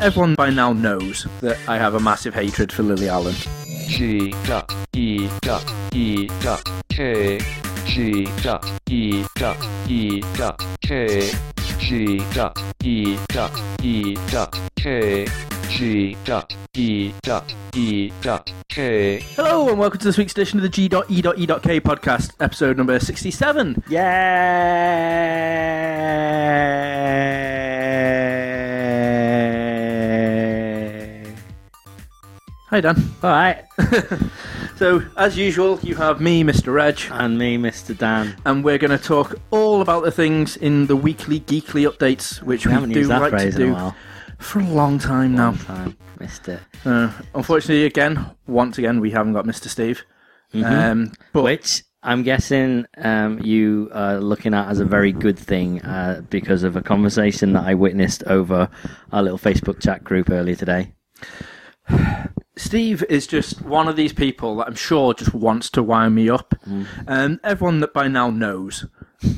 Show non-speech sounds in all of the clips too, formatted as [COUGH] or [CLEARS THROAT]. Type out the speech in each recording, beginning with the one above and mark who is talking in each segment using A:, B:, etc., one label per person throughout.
A: everyone by now knows that I have a massive hatred for Lily Allen.
B: G dot E dot E dot K. G dot E dot E dot K. G dot E dot E dot K. G dot E dot E dot K.
A: Hello, and welcome to this week's edition of the E G.E.E.K podcast, episode number 67.
C: Yeah.
A: Hi, Dan.
C: All right,
A: [LAUGHS] So, as usual, you have me, Mr. Reg,
C: and me, Mr. Dan.
A: and we're going to talk all about the things in the weekly geekly updates, which
C: We
A: we,
C: haven't
A: do
C: used that
A: like to
C: phrase in a
A: do
C: while.
A: for a long time now.
C: Long time, Mister.
A: Uh, unfortunately, again, once again, we haven't got Mr. Steve.
C: Mm-hmm.
A: Um, but
C: Which I'm guessing um, you are looking at as a very good thing uh, because of a conversation that I witnessed over our little Facebook chat group earlier today. [LAUGHS]
A: Steve is just one of these people that I'm sure just wants to wind me up.
C: Mm.
A: Um, everyone that by now knows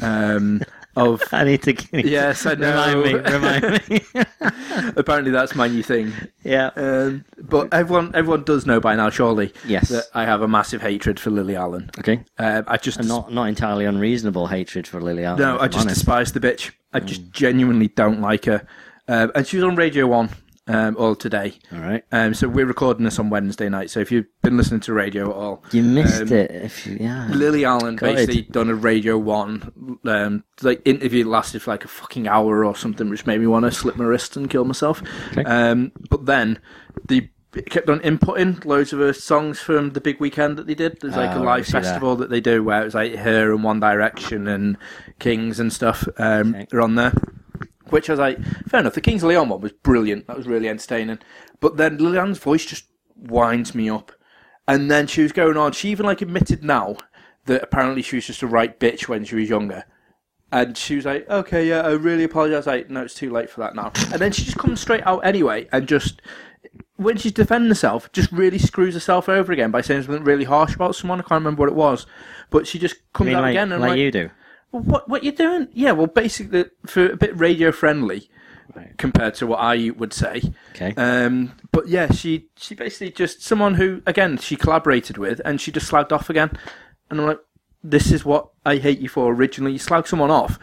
A: um,
C: [LAUGHS]
A: of.
C: I need to.
A: Yes, I know.
C: Remind me. Remind me.
A: [LAUGHS]
C: [LAUGHS]
A: Apparently, that's my new thing.
C: yeah.
A: [LAUGHS] Um, but everyone, everyone does know by now, surely.
C: Yes.
A: That I have a massive hatred for Lily Allen.
C: okay.
A: Uh, I just
C: And not not entirely unreasonable hatred for Lily Allen.
A: no,
C: if
A: I
C: I'm
A: just
C: honest. Mm.
A: despise the bitch. I just genuinely don't like her. Um, and she was on Radio One um, all today.
C: All right.
A: Um, so we're recording this on Wednesday night. So if you've been listening to radio at all,
C: You missed
A: um,
C: it. If you, yeah.
A: Lily Allen
C: Got it.
A: basically done a Radio One um, like interview lasted for like a fucking hour or something, which made me want to slip my wrist and kill myself. Um, but then they kept on inputting loads of her songs from the big weekend that they did. There's like
C: Ah,
A: a
C: I
A: live
C: see that.
A: festival that. they do where it was like her and One Direction and Kings and stuff um, are on there. Which I was like, fair enough. The Kings of Leon one was brilliant. That was really entertaining. But then Lily Allen's voice just winds me up. And then she was going on. She even like admitted now that apparently she was just a right bitch when she was younger. And she was like, "Okay, yeah, I really apologise." Like, no, it's too late for that now. And then she just comes straight out anyway, and just when she's defending herself, just really screws herself over again by saying something really harsh about someone. I can't remember what it was, but she just
C: I
A: comes
C: mean,
A: out
C: like,
A: again and
C: like
A: like,
C: you do.
A: well, what what you doing? Yeah, well, basically for a bit radio friendly
C: Right.
A: compared to what I would say.
C: Okay.
A: Um, but yeah, she she basically just someone who again she collaborated with, and she just slagged off again. And I'm like, this is what I hate you for originally. You slag someone off.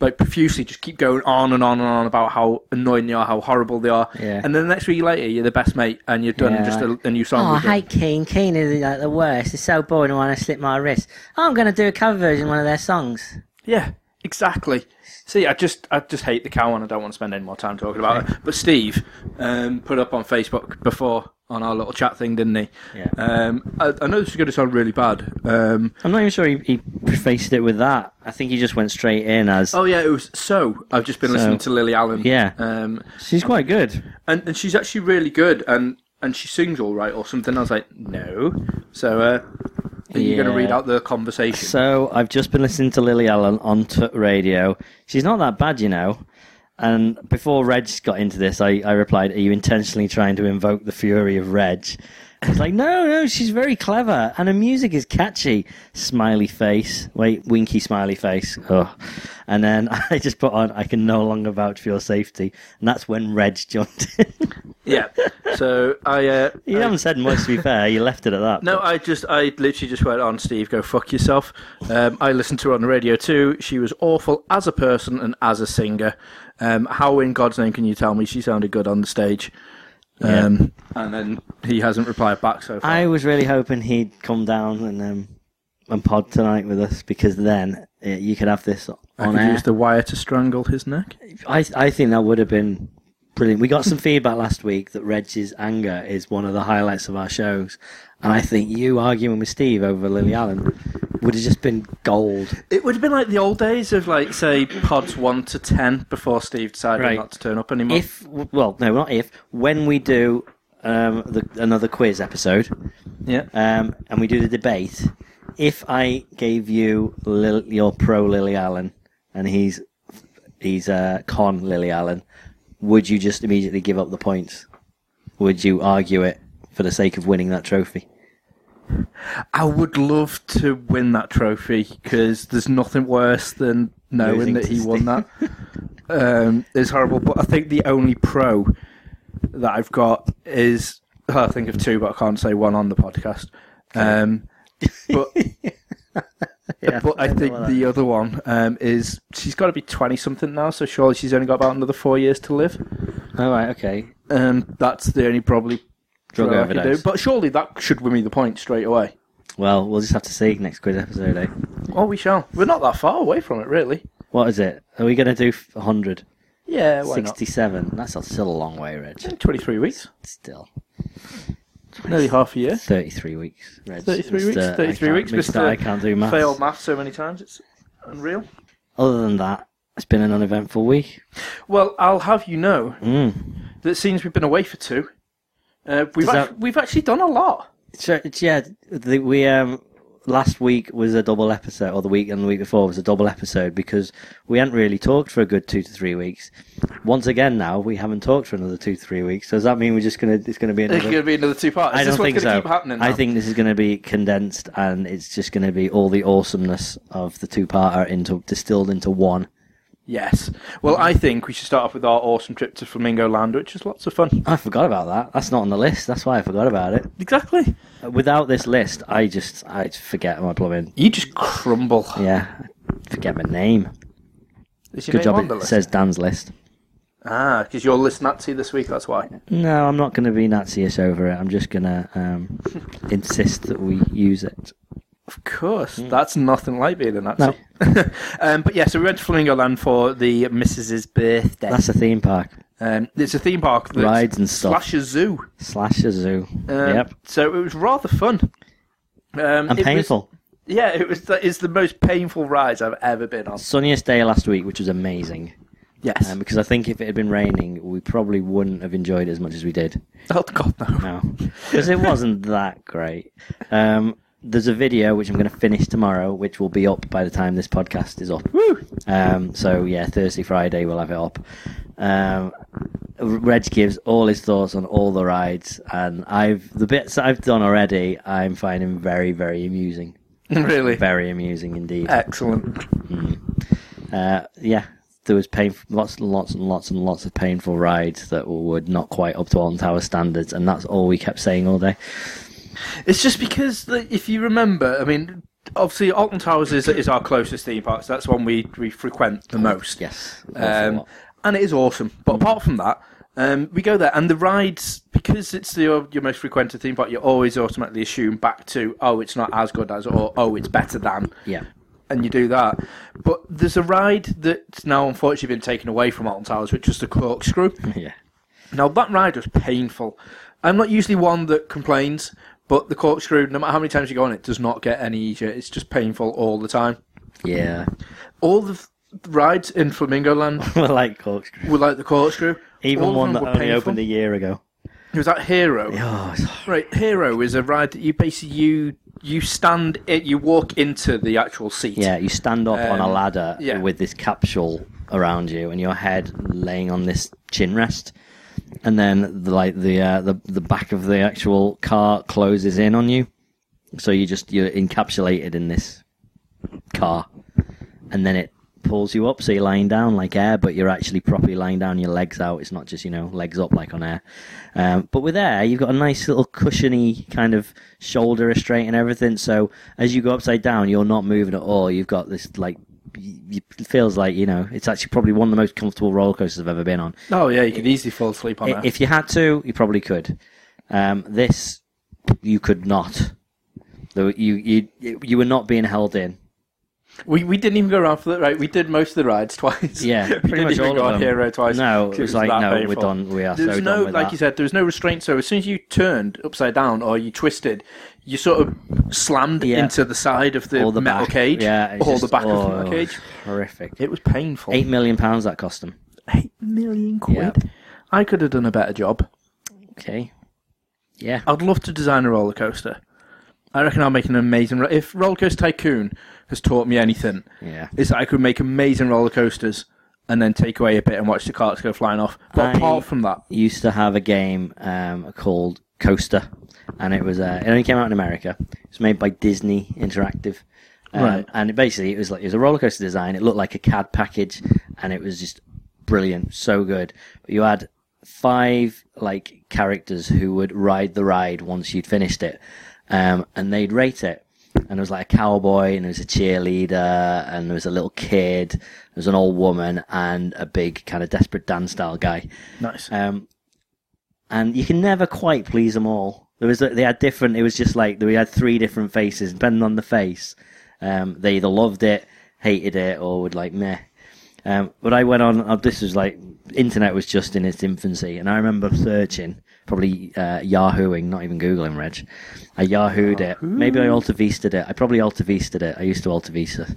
A: Like profusely, just keep going on and on and on about how annoying they are, how horrible they are,
C: Yeah.
A: and then the next week later, you're the best mate, and you've done
C: Yeah,
A: just a,
C: like-
A: a new song.
C: Oh, I
A: with them.
C: hate Keane. Keane is like the worst. It's so boring. I want to slip my wrist. I'm going to do a cover version of one of their songs.
A: Yeah, exactly. See, I just I just hate the cow and I don't want to spend any more time talking about it. But Steve um, put up on Facebook before on our little chat thing, didn't he?
C: Yeah.
A: Um, I, I know this is going to sound really bad. Um,
C: I'm not even sure he, he prefaced it with that. I think he just went straight in as
A: oh yeah, it was so. I've just been
C: So-
A: listening to Lily Allen.
C: Yeah.
A: Um,
C: she's quite good.
A: and and she's actually really good and and she sings all right or something. I was like, no. So uh, are you going to
C: Yeah.
A: read out the conversation?
C: So I've just been listening to Lily Allen on Tut Radio. She's not that bad, you know. And before Reg got into this, I, I replied, "Are you intentionally trying to invoke the fury of Reg?" I was like, "No, no, she's very clever, and her music is catchy." Smiley face, wait, winky smiley face. Ugh. And then [LAUGHS] I just put on, "I can no longer vouch for your safety," and that's when Reg jumped in. [LAUGHS]
A: yeah. So I. Uh,
C: you
A: I-
C: haven't said much, to be fair. You left it at that.
A: No, I just, I literally just went on, Steve, go fuck yourself. Um, I listened to her on the radio too. She was awful as a person and as a singer. Um, how in God's name can you tell me she sounded good on the stage?
C: Yeah.
A: Um, And then he hasn't replied back so far.
C: I was really hoping he'd come down and um, and pod tonight with us because then uh, you could have this
A: I
C: on
A: could
C: air.
A: use the wire to strangle his neck.
C: I I think that would have been brilliant. We got some feedback last week that Reg's anger is one of the highlights of our shows, and I think you arguing with Steve over Lily Allen would have just been gold.
A: It would have been like the old days of, like, say, pods 1 to 10 before Steve decided
C: Right.
A: not to turn up anymore.
C: If well, no, not if. When we do um, the, another quiz episode,
A: yeah.
C: um, and we do the debate. If I gave you Lil, your pro Lily Allen and he's he's uh, con Lily Allen, would you just immediately give up the points? Would you argue it for the sake of winning that trophy?
A: I would love to win that trophy because there's nothing worse than knowing
C: Losing
A: that
C: to [LAUGHS]
A: he won that. um, it's horrible, but I think the only pro that I've got is well, I think of two, but I can't say one on the podcast. Um, [LAUGHS] but
C: Yeah,
A: but I
C: know
A: think
C: what that
A: the other one um, is she's got to be twenty something now, so surely she's only got about another four years to live.
C: All right, okay.
A: And that's the only probably
C: Drug
A: throw I could do.
C: overdose.
A: But surely that should win me the point straight away.
C: Well, we'll just have to see next quiz episode, eh?
A: Oh, we shall. We're not that far away from it, really.
C: What is it? Are we going to do f- 100?
A: Yeah, why
C: 67. That's a- still a long way, Reg.
A: not? Twenty-three weeks,
C: Still.
A: nearly half a year.
C: 33 weeks, Reg.
A: 33
C: Mister,
A: weeks,
C: uh, I
A: 33
C: can't-
A: weeks,
C: Mister,
A: Mr.
C: I can't do maths.
A: Failed math so many times, it's unreal.
C: Other than that, it's been an uneventful week.
A: Well, I'll have you know
C: Mm.
A: that since we've been away for two, uh, we've
C: Does
A: act-
C: that-
A: we've actually done a lot.
C: So, it's- yeah, the, we um last week was a double episode, or the week and the week before was a double episode because we hadn't really talked for a good two to three weeks. Once again, now we haven't talked for another two to three weeks. So does that mean we're just gonna it's gonna be
A: There's going
C: another?
A: to be another two parts.
C: I
A: Is this
C: don't think
A: what's going
C: so.
A: to keep happening.
C: I
A: now?
C: think this is going to be condensed, and it's just going to be all the awesomeness of the two-parter into distilled into one.
A: yes. Well, I think we should start off with our awesome trip to Flamingo Land, which is lots of fun.
C: I forgot about that. That's not on the list. That's why I forgot about it.
A: Exactly.
C: Without this list, I just I forget my plumbing.
A: You just crumble.
C: Yeah, I forget my name.
A: Is your
C: Good
A: name
C: job.
A: on
C: It
A: the list?
C: says Dan's list.
A: Ah, because you're list Nazi this week. That's why.
C: No, I'm not going to be Nazi-ish over it. I'm just going to
A: [LAUGHS]
C: um, insist that we use it.
A: Of course, that's nothing like being a Nazi.
C: Hmm. No.
A: [LAUGHS] um, but yeah, so we went to Flamingo Land for the Mrs.'s birthday.
C: That's a theme park
A: um, it's a theme park that
C: Rides and stuff.
A: slash a zoo.
C: slash a zoo.
A: Um,
C: yep,
A: So it was rather fun. Um,
C: and
A: it was-
C: painful.
A: yeah, it was. The, it's the most painful ride I've ever been on.
C: Sunniest day last week, which was amazing.
A: Yes.
C: Um, because I think if it had been raining, we probably wouldn't have enjoyed it as much as we did.
A: oh God, no.
C: No, because it wasn't that great. Um, there's a video which I'm going to finish tomorrow, which will be up by the time this podcast is up.
A: Woo! [LAUGHS]
C: Um, so yeah, Thursday, Friday, we'll have it up. Um, Reg gives all his thoughts on all the rides, and I've the bits that I've done already. I'm finding very, very amusing.
A: really.
C: Very amusing indeed. Mm.
A: Excellent.
C: Uh, yeah, there was painful, lots and lots and lots and lots of painful rides that were not quite up to Alton Tower standards, and that's all we kept saying all day.
A: It's just because the, if you remember, I mean, obviously Alton Towers is is our closest theme park. So that's one we we frequent the most.
C: Yes. an awful
A: Um,
C: lot.
A: and it is awesome. But apart from that, um, we go there, and the rides because it's the, your your most frequented theme park. You always automatically assume back to oh, it's not as good as, or oh, it's better than.
C: yeah. [LAUGHS]
A: and you do that. But there's a ride that's now unfortunately been taken away from Alton Towers, which was the corkscrew.
C: Yeah.
A: Now that ride was painful. I'm not usually one that complains, but the corkscrew, no matter how many times you go on it, does not get any easier. It's just painful all the time.
C: Yeah. [LAUGHS]
A: All the f- rides in Flamingo Land
C: I like corkscrew.
A: were like the corkscrew.
C: Even
A: All of
C: one
A: them
C: that
A: were
C: only
A: painful.
C: opened a year ago.
A: It was that Hero.
C: Oh, it's hard.
A: Right, Hero is a ride that you basically you you stand it, you walk into the actual seat.
C: yeah, you stand up on a
A: Um,
C: ladder
A: yeah.
C: with this capsule around you and your head laying on this chin rest. And then, the, like the, uh, the the back of the actual car closes in on you, so you just you're encapsulated in this car, and then it pulls you up, so you're lying down like air, but you're actually properly lying down, your legs out. It's not just you know legs up like on air. Um, but with air, you've got a nice little cushiony kind of shoulder restraint and everything. So as you go upside down, you're not moving at all. You've got this like. y- y- It feels like you know it's actually probably one of the most comfortable roller coasters I've ever been on.
A: Oh yeah, you could easily fall asleep on
C: I-
A: that.
C: If you had to, you probably could. Um, this, you could not. Though You, you you were not being held in.
A: We we didn't even go around for the right. We did most of the rides [LAUGHS] twice.
C: Yeah,
A: we
C: pretty
A: didn't
C: much
A: even
C: all
A: go
C: of
A: on
C: them.
A: Hero twice.
C: No,
A: 'cause
C: it was like,
A: that
C: no, we're
A: painful.
C: done. We are
A: There
C: so
A: was
C: done
A: no,
C: with
A: like
C: that.
A: you said, there was no restraint. So as soon as you turned upside down or you twisted, you sort of slammed
C: Yeah.
A: into the side of the,
C: All the
A: metal
C: back-
A: cage.
C: yeah, it's
A: or
C: just-
A: the back of the
C: oh,
A: metal cage.
C: Horrific.
A: It was painful.
C: Eight million pounds that cost them.
A: Eight million quid.
C: Yeah.
A: I could have done a better job.
C: Okay. Yeah.
A: I'd love to design a roller coaster. I reckon I'll make an amazing. Ro- if Roller Coaster Tycoon has taught me anything,
C: Yeah.
A: is that I could make amazing roller coasters and then take away a bit and watch the carts go flying off. But
C: I-
A: apart from that,
C: used to have a game um, called Coaster, and it was uh, it only came out in America. It was made by Disney Interactive, um,
A: Right.
C: And it basically it was like it was a roller coaster design. It looked like a CAD package, and it was just brilliant, so good. But you had five like characters who would ride the ride once you'd finished it, um, and they'd rate it. And there was like a cowboy, and there was a cheerleader, and there was a little kid, there was an old woman, and a big kind of desperate Dan style guy.
A: Nice.
C: Um, and you can never quite please them all. There was they had different. It was just like we had three different faces. Depending on the face, um, they either loved it, hated it, or would like meh. Um, but I went on. Uh, this was like internet was just in its infancy, and I remember searching, probably uh, Yahooing, not even googling, Reg. I Yahooed it. Maybe I Alta Vista'd it. I probably Alta Vista'd it. I used to Alta Vista.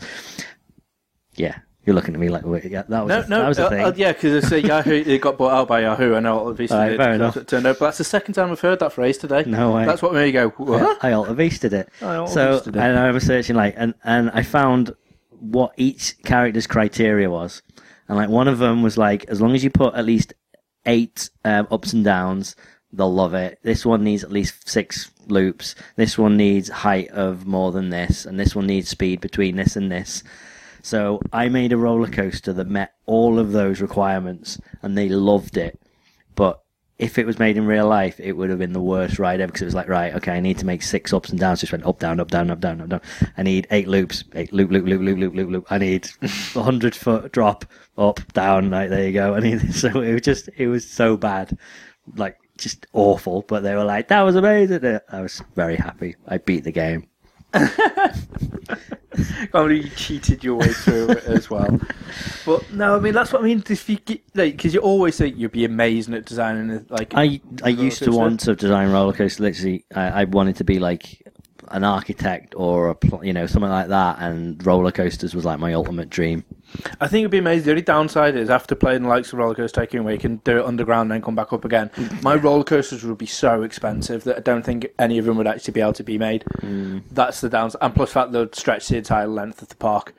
C: Yeah, you're looking at me like wait, yeah, that was
A: No,
C: a,
A: no,
C: that was a
A: uh,
C: thing.
A: uh, yeah, because it's uh, Yahoo. It got bought out by Yahoo. I know obviously
C: Alright,
A: it,
C: fair
A: that's
C: enough.
A: what it turned out. But that's the second time I've heard that phrase today.
C: No way.
A: That's what made me go. What?
C: Yeah, I Alta Vista'd it.
A: I Alta
C: so
A: Vista'd it.
C: and I was searching like and, and I found what each character's criteria was. And like one of them was like as long as you put at least eight um, ups and downs, they'll love it. This one needs at least six loops. This one needs height of more than this, and this one needs speed between this and this. So I made a roller coaster that met all of those requirements, and they loved it. But if it was made in real life, it would have been the worst ride ever because it was like, right, okay, I need to make six ups and downs. Just went up, down, up, down, up, down, up, down. I need eight loops, eight loop, loop, loop, loop, loop, loop, loop. I need [LAUGHS] a hundred foot drop, up, down. Like there you go. [LAUGHS] I need so it was just it was so bad, like just awful. But they were like, that was amazing. I was very happy. I beat the game.
A: I mean, you cheated your way through it as
C: [LAUGHS]
A: well. But no, I mean that's what I mean. If you get, like, because you always think you'd be amazing at designing it, like
C: I I
A: roller
C: used to
A: coaster.
C: want to design roller coaster. Literally, I, I wanted to be like an architect or a pl- you know something like that. And roller coasters was like my ultimate dream.
A: I think it'd be amazing. The only downside is after playing the likes of Roller Coaster Tycoon, where you can do it underground and then come back up
C: [LAUGHS]
A: again. My roller coasters would be so expensive that I don't think any of them would actually be able to be made.
C: Hmm.
A: That's the downside, and plus that they'd stretch the entire length of the park.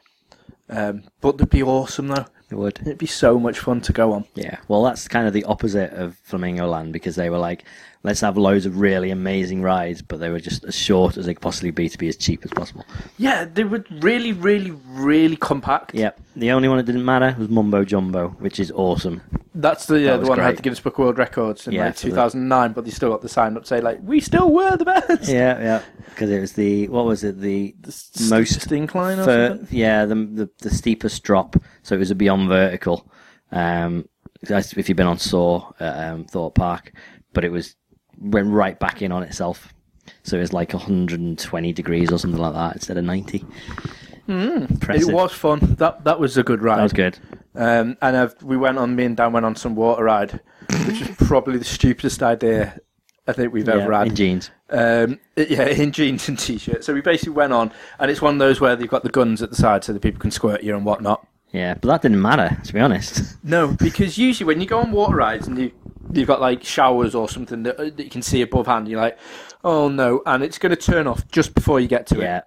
A: Um, but they'd be awesome though.
C: It would.
A: It'd be so much fun to go on.
C: [LAUGHS] Yeah. Well, that's kind of the opposite of Flamingo Land because they were like, let's have loads of really amazing rides, but they were just as short as they could possibly be to be as cheap as possible.
A: Yeah, they were really, really, really compact.
C: Yep. The only one that didn't matter was Mumbo Jumbo, which is awesome.
A: That's the uh,
C: That
A: the
C: was
A: one that had
C: great.
A: the Guinness Book of World Records in
C: Yeah,
A: like
C: for the-
A: 2009, but they still got the sign up say like we still were the best. [LAUGHS]
C: Yeah, [LAUGHS] yeah. Because it was the what was it the
A: St-
C: most
A: incline or
C: fir-
A: something.
C: yeah the, the the steepest drop. So it was a beyond vertical. Um, that's if you've been on Saw at um, Thorpe Park, but it was went right back in on itself. So it was like 120 degrees or something like that instead of 90.
A: Hmm.
C: Impressive.
A: It was fun. That that was a good ride.
C: That was good.
A: Um, and i we went on. Me and Dan went on some water ride, which
C: [LAUGHS]
A: is probably the stupidest idea I think we've ever
C: Yeah,
A: had.
C: in jeans.
A: Um, it- yeah, in jeans and t-shirt. So we basically went on, and it's one of those where they've got the guns at the side so that people can squirt you and whatnot.
C: Yeah, but that didn't matter to be honest.
A: No, because usually when you go on water rides and you you've got like showers or something that, that you can see above hand, you're like, oh no, and it's going to turn off just before you get to it,
C: yeah,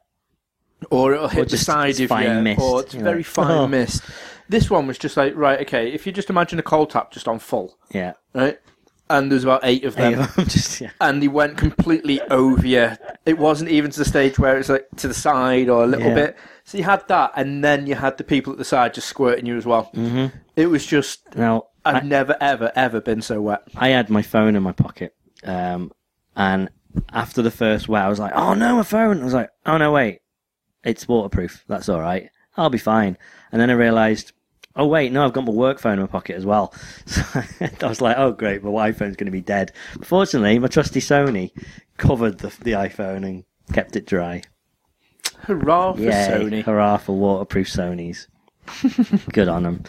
A: or it'll hit
C: just
A: the side of
C: fine
A: you,
C: mist.
A: or it's
C: You're
A: very
C: like,
A: fine
C: "Oh."
A: mist. This one was just like right, okay. If you just imagine a coal tap just on full,
C: yeah.
A: right, and there's about eight of them.
C: [LAUGHS] Just yeah.
A: And they went completely over you. It wasn't even to the stage where it's like to the side or a little
C: Yeah.
A: bit. So you had that, and then you had the people at the side just squirting you as well. Mm-hmm. It was just
C: Now
A: I've
C: I-
A: never, ever, ever been so wet.
C: I had my phone in my pocket, um, and after the first wow, I was like, "Oh no, my phone!" I was like, "Oh no, wait, it's waterproof. That's all right. I'll be fine." And then I realised, "Oh wait, no, I've got my work phone in my pocket as well." [LAUGHS] So I was like, "Oh great, my iPhone's going to be dead." Fortunately, my trusty Sony covered the, the iPhone and kept it dry.
A: Hurrah for
C: Yeah,
A: Sony.
C: hurrah for
A: [LAUGHS]
C: waterproof Sonys. Good on them.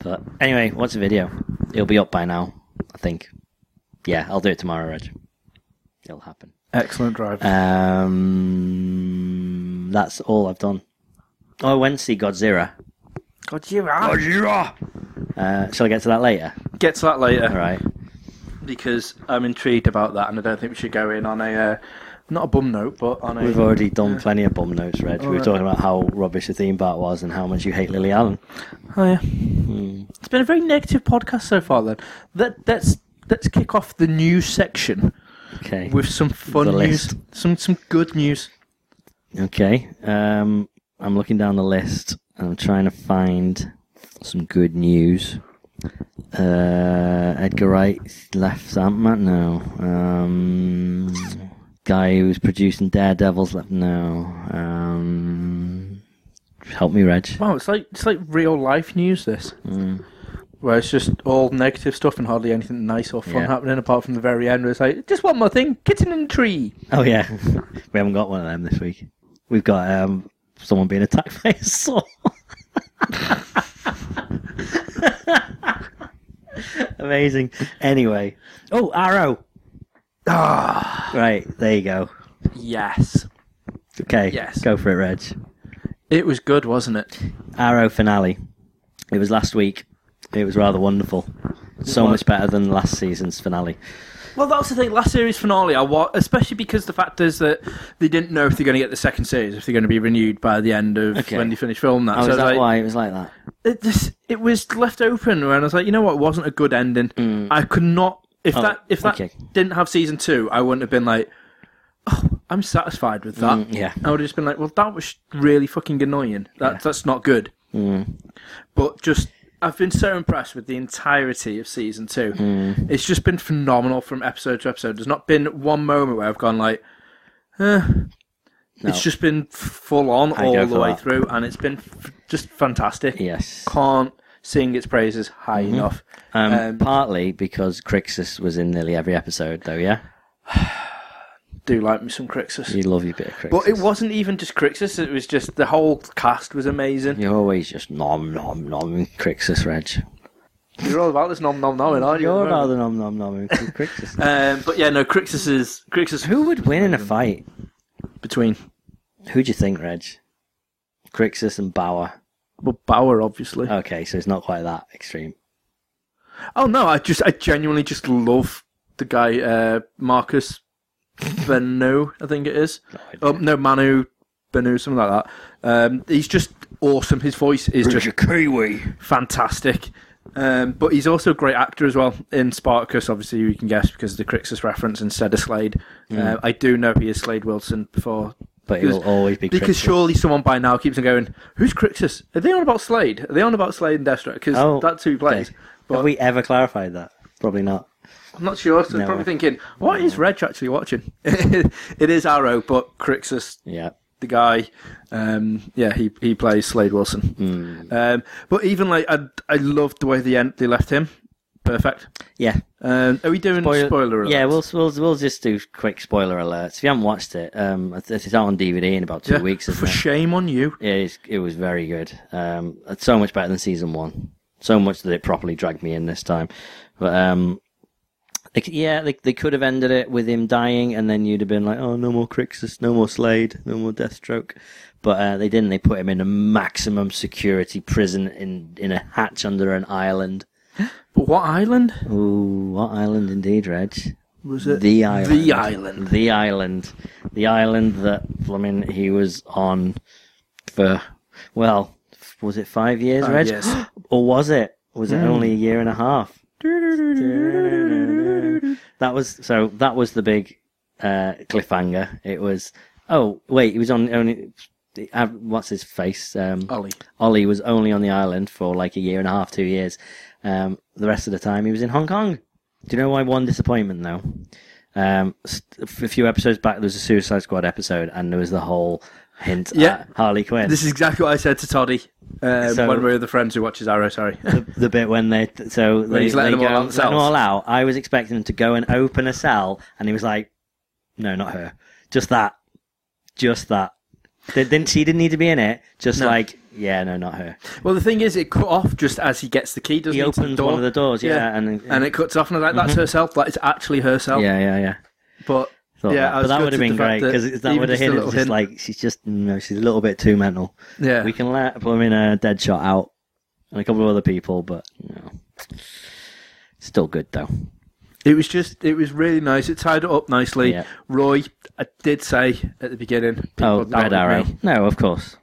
C: But anyway, what's the video? It'll be up by now, I think. Yeah, I'll do it tomorrow, Reg. It'll happen.
A: Excellent drive.
C: Um, that's all I've done. Oh, I went to see Godzilla.
A: God, you are.
C: Uh, shall I get to that later?
A: Get to that later
C: All right.
A: because I'm intrigued about that, and I don't think we should go in on a uh, not a bum note, but on a.
C: We've already done plenty of bum notes, Reg. we were talking about how rubbish the theme park was and how much you hate Lily Allen.
A: Oh yeah. It's been a very negative podcast so far. Then that let's let's kick off the news section
C: Okay.
A: with some fun
C: The
A: news,
C: list.
A: some some good news.
C: Okay. Um, I'm looking down the list and I'm trying to find some good news. Uh, Edgar Wright left Ant Man. No. Um, guy who's producing Daredevils left. No. Um, help me, Reg. Mm.
A: Wow, it's like it's like real life news. This, where it's just all negative stuff and hardly anything nice or fun
C: Yeah.
A: happening apart from the very end. Where it's like just one more thing: kitten in a tree.
C: Oh yeah, [LAUGHS] we haven't got one of them this week. We've got um, someone being attacked by a saw. [LAUGHS] Amazing. Anyway, oh Arrow.
A: Ah,
C: Right there you go.
A: yes,
C: Okay,
A: Yes.
C: go for it, Reg.
A: it was good, wasn't it?
C: Arrow finale. It was last week. It was rather wonderful. So
A: was.
C: much better than last season's finale.
A: Well, that was the thing. Last series finale, I wa- especially because the fact is that they didn't know if they're going to get the second series, if they're going to be renewed by the end of
C: Okay.
A: when they finish filming that.
C: Oh,
A: so
C: is
A: it's
C: that
A: like,
C: why it was like that?
A: it just it was left open and I was like, you know what, it wasn't a good ending. I could not if
C: Mm. Oh,
A: that if that
C: okay.
A: didn't have season two, I wouldn't have been like, oh, I'm satisfied with that.
C: Mm, yeah.
A: I would have just been like, well, that was really fucking annoying. That that's not good.
C: Mm.
A: But just. I've been so impressed with the entirety of season two.
C: Mm.
A: It's just been phenomenal from episode to episode. There's not been one moment where I've gone like, eh.
C: No.
A: it's just been full on
C: I go
A: all
C: for
A: the way
C: that.
A: through, and it's been f- just fantastic
C: yes.
A: can't sing its praises high enough.
C: Um,
A: Um,
C: partly because Crixus was in nearly every episode, though. Yeah,
A: Do like me some Crixus.
C: you love your bit of Crixus.
A: But it wasn't even just Crixus, it was just the whole cast was amazing.
C: You're always just nom nom nom Crixus, Reg.
A: You're all about this nom nom nom, aren't you?
C: You're rather nom nom
A: [LAUGHS]
C: nom Crixus.
A: Um, but yeah, no, Crixus is Crixus
C: Who would win in a fight?
A: between
C: Who do you think, Reg? Crixus and Bauer.
A: well Bauer obviously.
C: Okay, so it's not quite that extreme.
A: oh no, I just I genuinely just love the guy uh, Marcus Benu, I think it is.
C: idea.
A: Oh no, Manu Benu, something like that. Um, he's just awesome. His voice is just
C: Kiwi.
A: fantastic. Um, but he's also a great actor as well in Spartacus. Obviously, you can guess because of the Crixus reference instead of Slade. Uh, I do know he is Slade Wilson before.
C: Mm. But he will always be
A: because
C: Crixus.
A: surely someone by now keeps on going. Who's Crixus? Are they on about Slade? Are they on about Slade and Deathstroke? Because
C: Oh,
A: that's who he plays.
C: okay.
A: But
C: Have we ever clarified that? Probably not.
A: I'm not sure. So
C: No.
A: they're probably thinking, what is Reg actually watching? [LAUGHS] it is Arrow, but Crixus
C: Yeah.
A: the guy. Um, yeah, he, he plays Slade Wilson.
C: Hmm.
A: Um, but even like I I loved the way the end they left him. Perfect.
C: Yeah.
A: Um, are we doing spoiler, alert?
C: Yeah, we'll, we'll we'll just do quick spoiler alerts. If you haven't watched it, um, it's- it's out on DVD in about two
A: Yeah,
C: weeks. Isn't
A: For
C: it?
A: shame on you.
C: It is. It was very good. Um, it's so much better than season one. So much that it properly dragged me in this time. But um, like, yeah, they, they could have ended it with him dying, and then you'd have been like, oh, no more Crixus, no more Slade, no more Deathstroke. But uh, they didn't. They put him in a maximum security prison in in a hatch under an island.
A: But what island
C: Ooh, what island indeed, Reg?
A: was it?
C: The island.
A: The island.
C: The island. The island that, I mean, he was on for, well, f- was it five years, Reg?
A: years.
C: [GASPS] or was it? Was it only a year and
A: [GASPS]
C: a half? That was, so that was the big uh, cliffhanger. It was, oh, wait, he was on only, uh, what's his face? Um,
A: Ollie.
C: Ollie was only on the island for like a year and a half, two years. Um, the rest of the time he was in Hong Kong. Do you know why one disappointment though? Um, st- a few episodes back, there was a Suicide Squad episode, and there was the whole hint
A: Yeah.
C: at Harley Quinn.
A: This is exactly what I said to Toddy. Um,
C: So-
A: one way of the friends who watches Arrow. Sorry. [LAUGHS]
C: the bit when they so they,
A: he's letting
C: they
A: them all
C: go-
A: out
C: let
A: themselves.
C: them all out. I was expecting him to go and open a cell, and he was like, "No, not her. Just that. Just that. They didn't she didn't need to be in it? Just
A: No.
C: like, yeah, no, not her.
A: well, the thing is, it cut off just as he gets the key. Doesn't
C: He
A: he, to the
C: opens
A: door?
C: one of the Mm-hmm. doors, yeah,
A: Yeah.
C: and then-
A: and it cuts off, and I'm like, that's herself. That is actually herself.
C: yeah, yeah, yeah.
A: But
C: thought
A: yeah,
C: that.
A: I
C: but
A: was
C: that
A: good
C: would have
A: to
C: been
A: the fact
C: great because that
A: even
C: would have
A: just a
C: hit it
A: little
C: just
A: hint-
C: like she's just you know, she's a little bit too mental.
A: yeah.
C: We can let plumbing uh, Deadshot out and a couple of other people, but you know, still good though.
A: It was just, it was really nice. It tied it up nicely.
C: Yeah.
A: Roy, I did say at the beginning, people
C: oh, Red
A: doubted
C: Arrow.
A: me.
C: No, of course.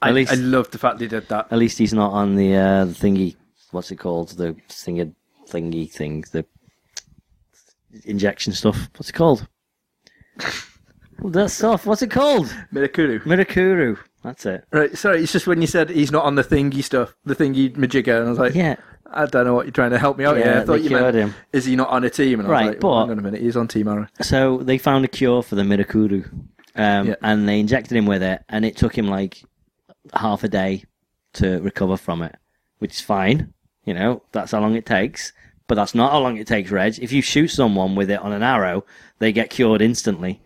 A: I,
C: At least- Uh,
A: I loved the fact they did that.
C: At least he's not on the uh, the thingy. What's it called? The thingy
A: [LAUGHS]
C: thingy thing. The injection stuff. What's it called? That stuff. What's it called?
A: Mirakuru.
C: Mirakuru. That's it.
A: Right, sorry, it's just when you said he's not on the thingy stuff, the thingy majigger, and I was like,
C: Yeah.
A: I don't know what you're trying to help me out
C: Yeah,
A: here. I thought
C: they
A: you meant,
C: cured him.
A: is he not on a team? And I was
C: Right,
A: like, well,
C: but-
A: hang on a minute, he's on Team Arrow.
C: So they found a cure for the Mirakuru, um,
A: Yeah.
C: and they injected him with it, and it took him like half a day to recover from it, which is fine. You know, that's how long it takes. But that's not how long it takes, Reg. If you shoot someone with it on an arrow, they get cured instantly.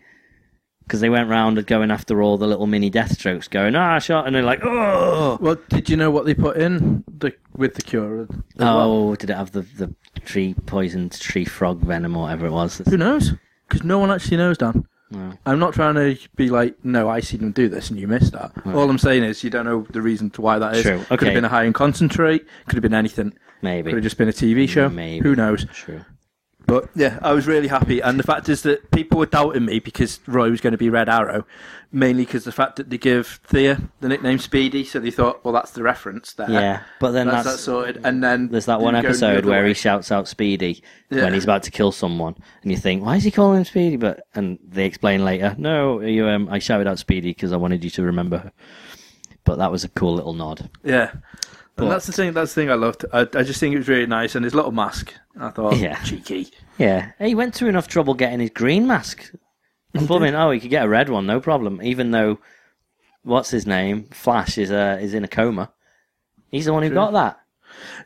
C: Because they went round going after all the little mini death strokes, going, ah, I shot, and they're like, oh.
A: Well, did you know what they put in the, with the cure? as well?
C: Oh, did it have the, the tree poisoned tree frog venom or whatever it was?
A: Who knows? Because no one actually knows, Dan.
C: No.
A: I'm not trying to be like, no, I see them do this and you missed that. All I'm saying is you don't know the reason to why that is.
C: True,
A: Could
C: okay.
A: have been a high in concentrate. Could have been anything.
C: Maybe.
A: Could have just been a TV show.
C: Maybe.
A: Who knows?
C: True.
A: But yeah, I was really happy. And the fact is that people were doubting me because Roy was going to be Red Arrow, mainly because the fact that they give Thea the nickname Speedy, so they thought, well, that's the reference there.
C: Yeah, but then
A: That's, that
C: that's-
A: sorted. And then
C: There's that
A: they
C: one
A: go the
C: episode
A: other
C: where
A: way.
C: he shouts out Speedy
A: Yeah.
C: when he's about to kill someone, and you think, "Why is he calling him Speedy?" But and they explain later, "No, you, um, I shouted out Speedy because I wanted you to remember." her." But that was a cool little nod.
A: Yeah.
C: But-
A: and that's the thing. That's the thing I loved. I, I just think it was really nice, and his little mask. I thought,
C: Yeah.
A: cheeky.
C: Yeah, he went through enough trouble getting his green [LAUGHS] mask. Plumbing, oh, he could get a red one, no problem. Even though, what's his name? Flash is uh, is in a coma. He's the one who got that.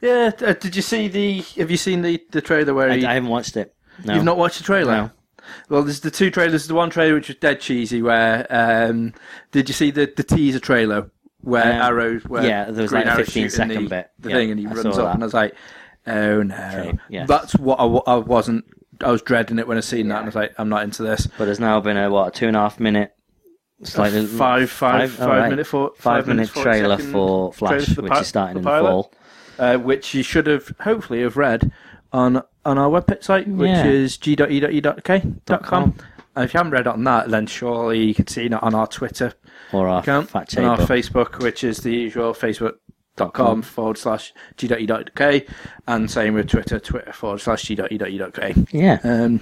A: Yeah. t- uh, Did you see the? Have you seen the the trailer where
C: I,
A: he?
C: I haven't watched it. No.
A: You've not watched the trailer.
C: No.
A: Well, there's the two trailers. The one trailer which was dead cheesy. Where um, did you see the the teaser trailer where
C: Um,
A: Arrow? Where
C: yeah, there was
A: Green
C: like a
A: Arrow's
C: 15
A: shooting the-
C: second bit.
A: The
C: Yeah,
A: thing, and he
C: I
A: runs
C: saw
A: up,
C: that.
A: and I was like, oh no,
C: True, yes.
A: that's what I, wa- I wasn't. I was dreading it when I seen that, and I was like, I'm not into this.
C: But there's now been a what a two and a half minute, slightly
A: five- five-
C: oh,
A: five minute for-
C: five
A: five minute
C: minute trailer
A: 40
C: for
A: second trailer
C: Flash,
A: for the
C: which
A: pi-
C: is starting
A: the
C: in the
A: pilot.
C: fall.
A: uh, which you should have hopefully have read on on our website, which
C: Yeah.
A: is g.e.e.k.com.
C: com.
A: And Uh, if you haven't read on that, then surely you can see it on our Twitter
C: Or our
A: account,
C: Fat
A: on our
C: Shaper.
A: Facebook, which is the usual
C: Mm-hmm.
A: facebook.com forward slash g.e.e.k, and same with Twitter, twitter forward slash g.e.e.k.
C: Yeah,
A: Um,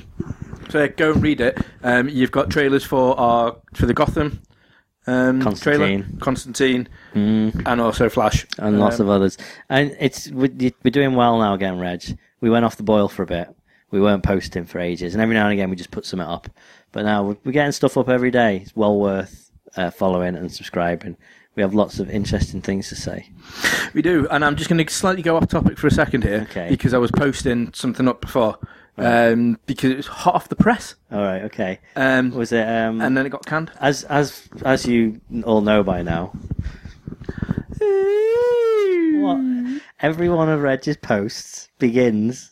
A: so yeah, go and read it. Um, you've got trailers for our for the Gotham um, trailer,
C: Constantine. Mm.
A: Constantine, and also Flash,
C: and lots
A: Um,
C: of others. And it's we- we're doing well now again, Reg. We went off the boil for a bit. We weren't posting for ages, and every now and again we just put something up. But now we're- we're getting stuff up every day. It's well worth uh, following and subscribing. We have lots of interesting things to say.
A: We do, and I'm just going to slightly go off topic for a second here
C: Okay.
A: because I was posting something up before um, because it was hot off the press,
C: All right, okay.
A: um,
C: Was it? Um,
A: and then it got canned.
C: as as as you all know by now,
A: Mm.
C: what every one of Reg's posts begins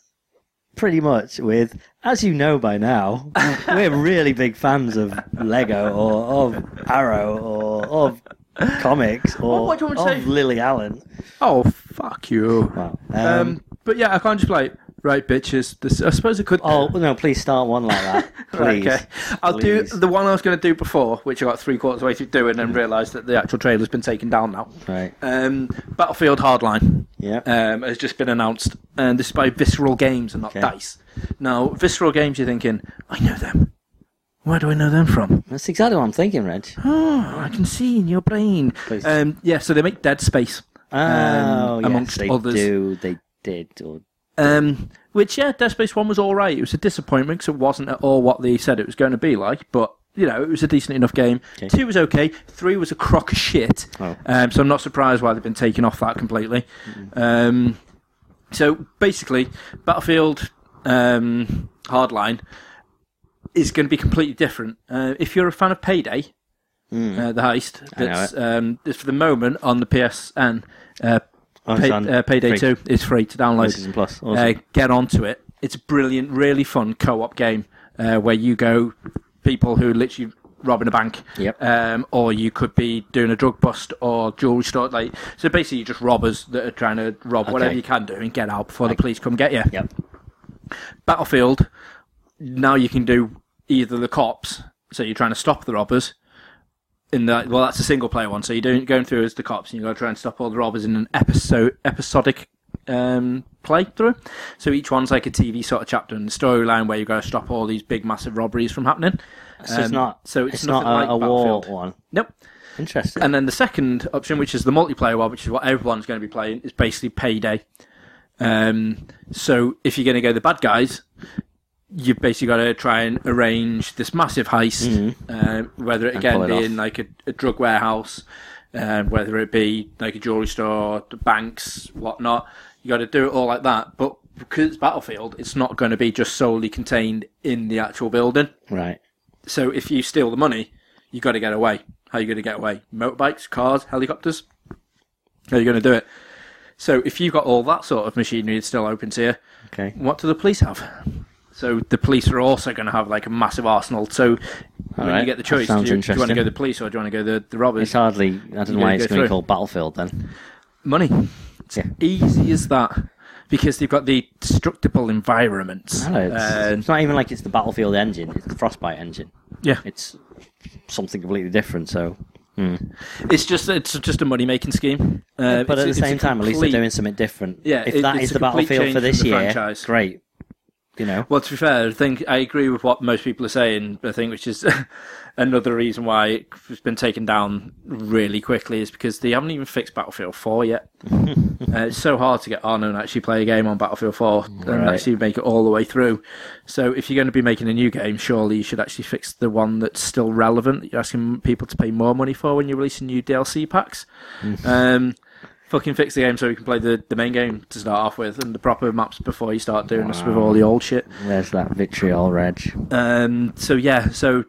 C: pretty much with as you know by now we're really big fans of lego or of arrow or of comics or
A: what do you want me to
C: of
A: say?
C: lily allen
A: Oh fuck you!
C: wow um,
A: Um, but yeah, I can't just be like right, bitches. This, I suppose I could.
C: oh no please start one like that
A: [LAUGHS] Right,
C: please
A: okay. I'll
C: Please. Mm.
A: do the one I was going to do before, which I got three quarters way through doing, and realised that the actual trailer's been taken down now.
C: right
A: Um, Battlefield Hardline
C: Yeah.
A: um, has just been announced, and this is by Visceral Games and not
C: Okay.
A: Dice. Now, Visceral Games, you're thinking, I know them. Where do I know them from?
C: that's exactly what i'm thinking reg
A: Oh, I can see in your brain.
C: Please.
A: Um, yeah, so they make Dead Space,
C: oh yes,
A: amongst
C: they
A: others.
C: do they did or
A: um, which yeah, Dead Space One was all right. It was a disappointment because it wasn't at all what they said it was going to be like, but. You know, it was a decent enough game. Two was okay. Three was a crock of shit.
C: Oh.
A: Um, so I'm not surprised why they've been taken off that completely.
C: Mm-hmm.
A: Um, So basically, Battlefield um, Hardline is going to be completely different. Uh, if you're a fan of Payday, uh, the heist
C: Hmm. know
A: that's, um, that's for the moment on the PSN, uh,
C: Oh, it's
A: Pay,
C: on
A: uh, Payday
C: free.
A: 2 is free to download.
C: Autism Plus, awesome.
A: Uh, get onto it. It's a brilliant, really fun co op game uh, where you go, people who are literally robbing a bank,
C: Yep.
A: um, or you could be doing a drug bust or jewelry store. Like So basically, you're just robbers that are trying to rob whatever
C: Okay.
A: you can do and get out before the police come get you.
C: yep
A: Battlefield, now you can do either the cops, so you're trying to stop the robbers. In the well, that's a single player one, so you're doing going through as the cops, and you've got to try and stop all the robbers in an episode episodic um, playthrough. So each one's like a TV sort of chapter and storyline where you've got to stop all these big massive robberies from happening.
C: So it's
A: Um,
C: not.
A: So it's,
C: it's, not a,
A: nothing like
C: a war
A: Battlefield.
C: one.
A: Nope.
C: Interesting.
A: And then the second option, which is the multiplayer one, which is what everyone's going to be playing, is basically Payday. Um, so if you're going to go the bad guys, you've basically got to try and arrange this massive heist, um, whether it again
C: Mm-hmm. pull it
A: be
C: off.
A: in like a, a drug warehouse, um, whether it be like a jewelry store, the banks, whatnot. You got to do it all like that, but. Because it's Battlefield, it's not going to be just solely contained in the actual building.
C: right.
A: So if you steal the money, you got to get away. How are you going to get away? Motorbikes, cars, helicopters. How are you going to do it? So if you've got all that sort of machinery that's still open to you,
C: Okay.
A: what do the police have? So the police are also going to have like a massive arsenal. So when
C: right,
A: you get the
C: that
A: choice, do
C: sounds
A: you, do you want to
C: interesting.
A: go the police or do you want to go the the robbers?
C: It's hardly. I don't know
A: gotta
C: why it's
A: go
C: going to be
A: through.
C: called
A: [LAUGHS]
C: Battlefield then.
A: Money. It's
C: Yeah.
A: easy as that because they've got the destructible environments. Uh,
C: I don't know, it's,
A: And-
C: it's not even like it's the Battlefield engine. It's the Frostbite engine.
A: yeah,
C: It's something completely different. So, hmm.
A: it's just it's just a money making scheme. Uh, it's-
C: but at the
A: it's a
C: same time, at least they're
A: complete-
C: doing something different.
A: Yeah,
C: If
A: it-
C: that
A: it's
C: is
A: a
C: the
A: complete
C: Battlefield
A: change
C: for this
A: from the
C: year,
A: franchise.
C: great. You know.
A: Well, to be fair, I think I agree with what most people are saying. I think which is [LAUGHS] another reason why it's been taken down really quickly is because they haven't even fixed Battlefield Four yet. uh, it's so hard to get on and actually play a game on Battlefield Four and
C: Right.
A: actually make it all the way through. So, if you're going to be making a new game, surely you should actually fix the one that's still relevant. That you're asking people to pay more money for when you're releasing new DLC packs. um, Fucking fix the game so you can play the, the main game to start off with and the proper maps before you start doing this with all the old shit.
C: There's that vitriol, Reg.
A: Um, so yeah, so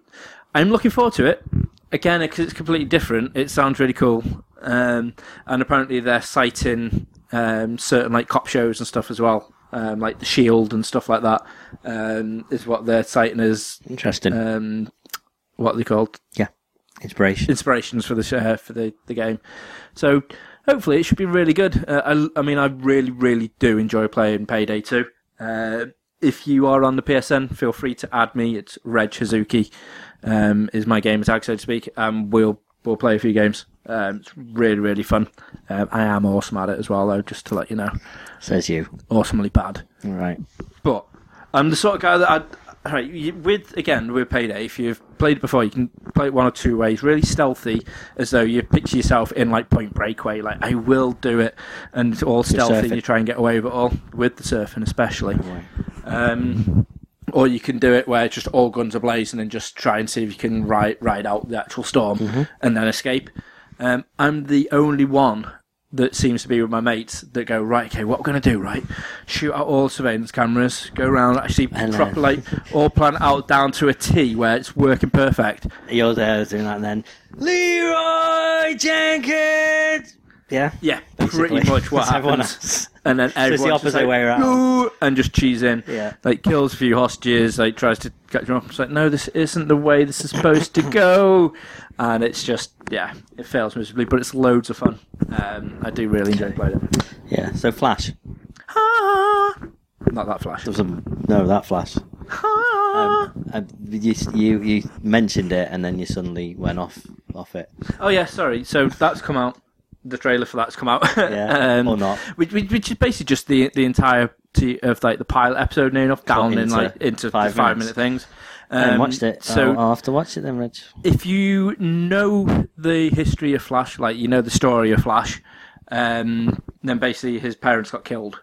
A: I'm looking forward to it. Again, because it's completely different, it sounds really cool. Um, and apparently they're citing um, certain like cop shows and stuff as well, um, like The Shield and stuff like that. Um, is what they're citing as
C: Interesting.
A: um, what are they called
C: yeah. Inspiration.
A: inspirations for the sh- uh, for the, the game. So hopefully it should be really good. Uh, I, I mean, I really, really do enjoy playing Payday 2. Uh, if you are on the PSN, feel free to add me. It's Reg Hazuki um, is my gamer tag, so to speak, and we'll we'll play a few games. Um, it's really, really fun. Um, I am awesome at it as well, though, just to let you know.
C: Says you.
A: Awesomely bad.
C: All right.
A: But
C: but
A: I'm the sort of guy that I'd. all right, you- with again with payday, if you've played it before, you can play it one or two ways. Really stealthy, as though you picture yourself in like Point Break, way like I will do it, and it's all stealthy.
C: surfing.
A: and You try and get away with it all with the surfing, especially. Um, or you can do it where it's just all guns ablaze and then just try and see if you can ride ride out the actual storm
C: Mm-hmm.
A: and then escape. Um, I'm the only one that seems to be with my mates that go right. Okay, what we're gonna do? Right, shoot out all surveillance cameras, go around actually
C: Hello.
A: proper like all plan it out down to a T where it's working perfect.
C: You're there doing that, and then Leroy Jenkins. Yeah.
A: Yeah,
C: Basically.
A: pretty
C: [LAUGHS]
A: much what
C: That's everyone
A: happens.
C: else.
A: And then everyone's
C: it's the
A: just
C: opposite
A: like,
C: way around.
A: "No," and just cheese in.
C: Yeah.
A: Like kills a few hostages. Like tries to catch them up. It's like no, this isn't the way this is supposed to
C: [LAUGHS]
A: go. And it's just yeah, it fails miserably, but it's loads of fun. Um, I do really enjoy playing it.
C: Yeah. So Flash.
A: Ah, not that flash.
C: There was a, no, that Flash.
A: Ah.
C: Um, uh, you, you you mentioned it, and then you suddenly went off off it.
A: Oh yeah, sorry. So that's come out. The trailer for that's come out. [LAUGHS] Um,
C: Yeah, or not.
A: Which, which, which is basically just the the entirety of like the pilot episode, near enough down in
C: into
A: like into
C: five
A: five, five
C: minutes.
A: minute things.
C: I
A: Um,
C: haven't watched it. So
A: So
C: I'll, I'll have to watch it then, Reg.
A: if you know the history of Flash, like you know the story of Flash, um, then basically his parents got killed.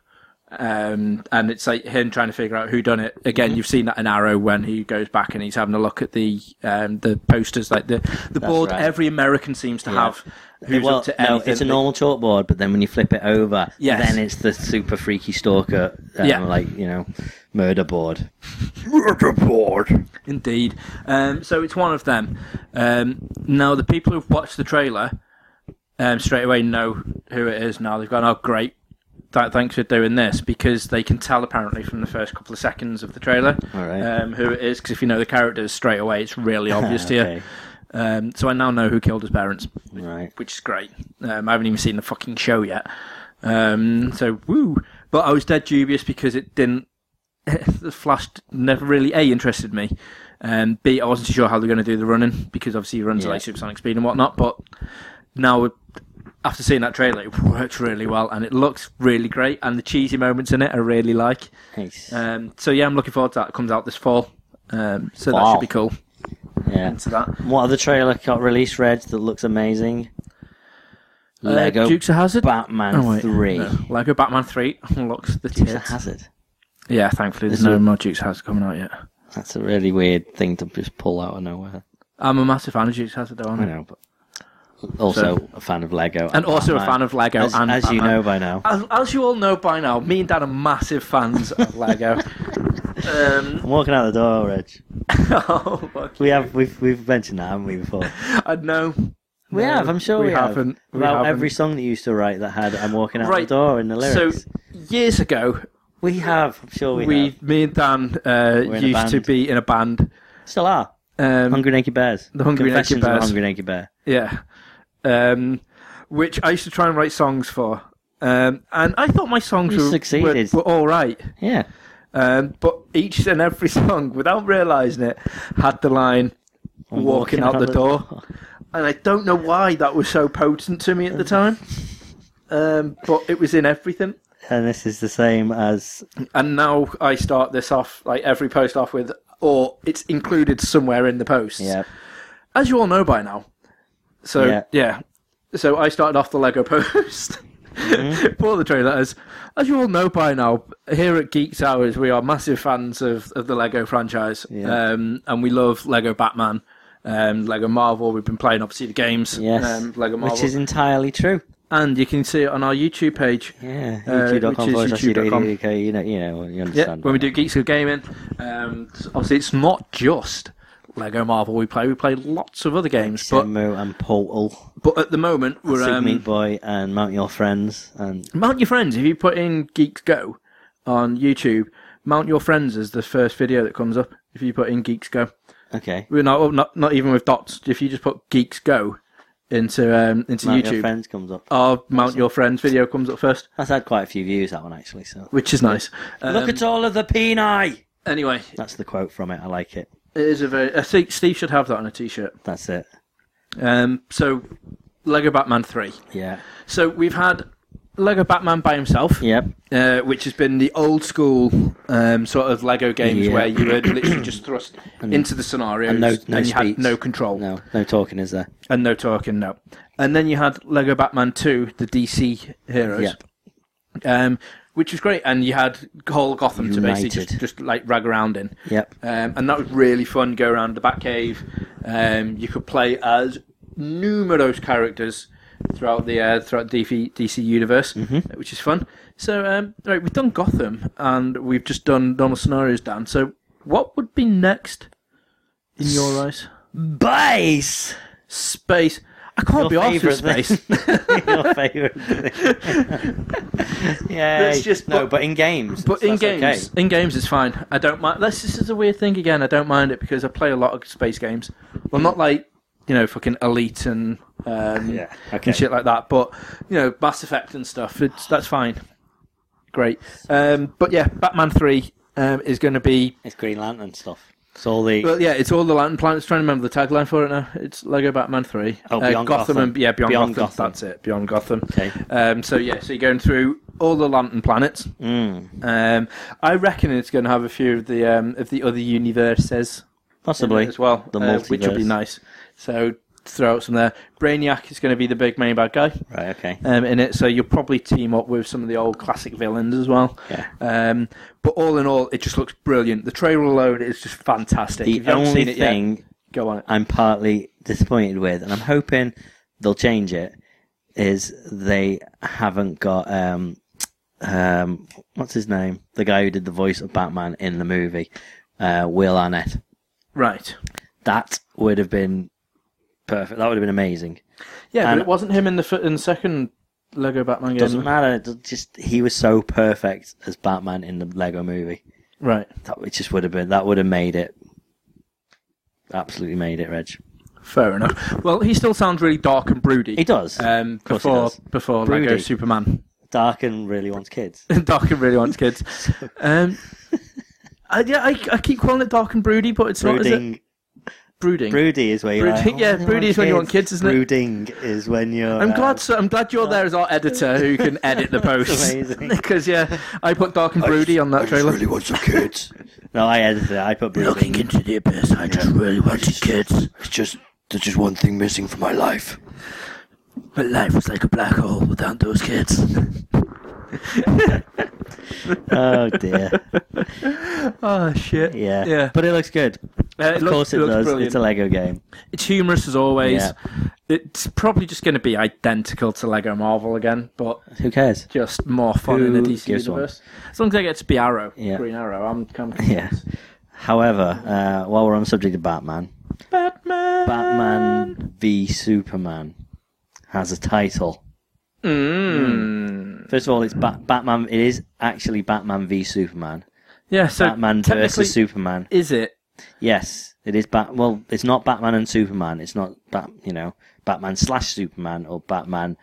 A: Um, and it's like him trying to figure out who done it. Again,
C: Mm-hmm.
A: you've seen that in Arrow when he goes back and he's having a look at the um, the posters, like the the board
C: right.
A: every American seems to have. Who's
C: well,
A: up to
C: no,
A: anything.
C: it's a normal chalkboard, but then when you flip it over,
A: Yes.
C: then it's the super freaky stalker, um,
A: Yeah.
C: like you know, murder board.
A: Indeed. Um, so it's one of them. Um, now, the people who've watched the trailer um, straight away know who it is now. They've gone, oh, great. Th- thanks for doing this because they can tell apparently from the first couple of seconds of the trailer
C: All right.
A: um, who it is. Because if you know the characters straight away, it's
C: [LAUGHS]
A: really obvious to
C: Okay.
A: you. Um, so I now know who killed his parents,
C: Right.
A: which is great. Um, I haven't even seen the fucking show yet. Um, so woo. But I was dead dubious because it didn't. [LAUGHS] the Flash never really a interested me, and b I wasn't sure how they're going to do the running because obviously he runs at
C: Yeah.
A: like supersonic speed and whatnot. But now after seeing that trailer, it works really well and it looks really great. And the cheesy moments in it I really like.
C: Nice.
A: Um, so yeah, I'm looking forward to that. It comes out this fall, um, so that
C: Fall.
A: should be cool.
C: yeah.
A: Into that. Uh,
C: What other trailer got released, Reg, that looks amazing? Lego
A: Uh, Dukes of Hazard.
C: Batman
A: Oh,
C: 3.
A: Lego Batman Three [LAUGHS] looks the
C: Dukes
A: tits.
C: of Hazard.
A: Yeah, thankfully there's
C: Is
A: no
C: it-
A: more Dukes of Hazard coming out yet.
C: That's a really weird thing to just pull out of nowhere.
A: I'm a massive fan of Dukes of Hazard, though. aren't
C: I know, but also a fan of Lego.
A: And also a fan of Lego
C: As,
A: and
C: as you
A: Batman.
C: know by now.
A: As, as you all know by now, me and Dad are massive fans
C: [LAUGHS]
A: of Lego. um, [LAUGHS]
C: I'm walking out the door, Reg.
A: oh, fuck.
C: We have we've we've mentioned that, haven't we, before?
A: I know.
C: We
A: No,
C: have, I'm sure
A: we
C: we, have.
A: haven't. We
C: About
A: haven't.
C: every song that you used to write that had "I'm walking out
A: Right,
C: the door" in the lyrics.
A: So years ago,
C: we have, I'm sure we,
A: we,
C: have.
A: me and Dan uh,
C: in a
A: used to
C: band.
A: be in a band.
C: Still are.
A: Um,
C: Hungry Naked Bears.
A: The Hungry Naked
C: Confessions of a
A: Bears.
C: Hungry Naked Bear.
A: Yeah. Um, which I used to try and write songs for. Um, and I thought my songs
C: You
A: were,
C: succeeded.
A: were, were all right.
C: Yeah.
A: Um, but each and every [LAUGHS] song, without realising it, had the line
C: I'm
A: walking, out, the, door. And I don't know why that was so potent to me at the time. Um, but it was in everything.
C: And this is the same as
A: And now I start this off, like every post off with, or it's included somewhere in the post.
C: yeah.
A: as you all know by now. So
C: Yeah.
A: yeah, so I started off the Lego post
C: Mm-hmm.
A: [LAUGHS] for the trailer as as you all know by now. Here at Geeks Hours, we are massive fans of, of the Lego franchise,
C: Yeah.
A: um, and we love Lego Batman, um, Lego Marvel. We've been playing obviously the games,
C: Yes.
A: um, Lego Marvel,
C: Which is entirely true.
A: and you can see it on our YouTube page.
C: Yeah.
A: Uh,
C: YouTube.com
A: which is
C: forward slash
A: YouTube.com.
C: UDUDUK, you know you know you
A: Yeah,
C: understand.
A: when we do Geeks of Gaming, um, obviously it's not just Lego Marvel we play. We play lots of other games, but
C: Shenmue and Portal.
A: but at the moment we're
C: Super
A: um,
C: Meat Boy and Mount Your Friends and
A: Mount Your Friends. If you put in Geeks Go on YouTube, Mount Your Friends is the first video that comes up. If you put in Geeks Go,
C: okay.
A: we're not not, not even with dots. If you just put Geeks Go into um, into
C: Mount Your
A: YouTube,
C: Friends comes up.
A: our Mount Your Friends video comes up first,
C: That's had quite a few views that one actually, so
A: which is nice. Um,
C: Look at all of the peni.
A: anyway,
C: That's the quote from it. I like it.
A: it is a very. I think Steve should have that on a t-shirt.
C: That's it.
A: Um, so, Lego Batman Three.
C: Yeah.
A: So we've had Lego Batman by himself.
C: Yep.
A: uh, which has been the old school um, sort of Lego games
C: Yeah.
A: where you
C: [CLEARS THROAT]
A: were literally just thrust into the scenario
C: and no- no
A: you had
C: speech.
A: no control
C: No, no talking is there.
A: and no talking, no. And then you had Lego Batman 2, the DC heroes,
C: Yep.
A: um, which was great. And you had whole Gotham to basically just,
C: United.
A: just like rag around in.
C: Yep.
A: Um, and that was really fun. Go around the Batcave. Um, you could play as numerous characters throughout the uh, throughout DC, DC universe,
C: Mm-hmm.
A: which is fun. So um, right, we've done Gotham and we've just done normal scenarios, Dan. So what would be next in your eyes?
C: Base.
A: Space. I can't
C: Your
A: be off with
C: favourite
A: space.
C: [LAUGHS] Your favourite.
A: [LAUGHS]
C: yeah.
A: That's just-
C: no,
A: but-
C: but in games.
A: But in
C: that's okay.
A: games, in games, it's fine. I don't mind. This, this is a weird thing again. I don't mind it because I play a lot of space games. Well, not like you know, fucking Elite and um,
C: Yeah, okay.
A: and shit like that. But you know, Mass Effect and stuff. It's that's fine. Great. Um, but yeah, Batman Three um, is going to be.
C: It's Green Lantern stuf. It's all the
A: Well, yeah, it's all the Latin planets. Trying to remember the tagline for it now. It's Lego Batman Three.
C: Oh, Beyond Gotham.
A: and yeah, Beyond,
C: Beyond
A: Gotham.
C: Gotham.
A: That's it. Beyond Gotham.
C: Okay.
A: Um, so yeah, so you're going through all the Lantern planets.
C: Mm,
A: Um, I reckon it's going to have a few of the um, of the other universes in
C: possibly
A: it as well,
C: the
A: uh,
C: multiverse.
A: which will be nice. So throw out some there. Brainiac is going to be the big main bad guy
C: Right. Okay.
A: um, in it, so you'll probably team up with some of the old classic villains as well.
C: Yeah.
A: Um, but all in all, it just looks brilliant. The trailer alone is just fantastic.
C: The
A: if you haven't
C: only
A: seen it
C: thing
A: yet, go on it.
C: I'm partly disappointed with, and I'm hoping they'll change it, is they haven't got um um what's his name? The guy who did the voice of Batman in the movie, uh, Will Arnett.
A: Right.
C: That would have been perfect. That would have been amazing.
A: Yeah,
C: And-
A: but it wasn't him in the fir- in the second Lego Batman game.
C: Doesn't matter. it does- Just he was so perfect as Batman in the Lego movie.
A: Right.
C: That would- just would have been. That would have made it. Absolutely made it, Reg.
A: Fair enough. Well, he still sounds really dark and broody.
C: He does.
A: Um,
C: course he
A: before
C: does.
A: before Lego
C: Broody.
A: Superman.
C: Uh,
A: [LAUGHS]
C: Dark and really wants kids.
A: Dark and really wants kids.
C: [LAUGHS]
A: Um, I, yeah, I, I keep calling it dark and broody, but it's not. Is it?
C: brooding
A: brooding.
C: Broody is where you're
A: Broody-
C: like,
A: yeah,
C: oh, they
A: broody is when you want kids, isn't it?
C: Brooding is when you're.
A: I'm
C: uh,
A: glad. So, I'm glad you're there as our editor who
C: [LAUGHS]
A: can edit the [LAUGHS] posts.
C: amazing.
A: Because yeah, I put dark and broody on that trailer.
D: want some [LAUGHS] kids.
C: No, I edited it. I put brooding.
D: into the abyss, I just really wanted kids. It's just there's just one thing missing from my life. My life was like a black hole without
C: [LAUGHS]
D: those kids.
C: Oh dear.
A: oh shit. [LAUGHS]
C: Yeah.
A: Yeah.
C: But it looks good.
A: Uh, it
C: of
A: looks-
C: course it,
A: looks
C: does.
A: brilliant.
C: It's a Lego game.
A: It's humorous as always.
C: Yeah.
A: It's probably just going to be identical to Lego Marvel again, but
C: Who cares?
A: just more fun in
C: Who
A: the DC
C: gives one?
A: universe. As long as I get to be Arrow,
C: Yeah.
A: Green Arrow, I'm kind of
C: Yeah. However, uh, while we're on the subject of Batman,
A: Batman.
C: Batman v Superman has a title.
A: Mm.
C: First of all, it's Bat- Batman. It is actually Batman v Superman.
A: Yeah. So
C: Batman
A: technically,
C: versus Superman.
A: Is it?
C: Yes, it is Bat. Well, it's not Batman and Superman. It's not Bat. You know, Batman slash Superman or Batman,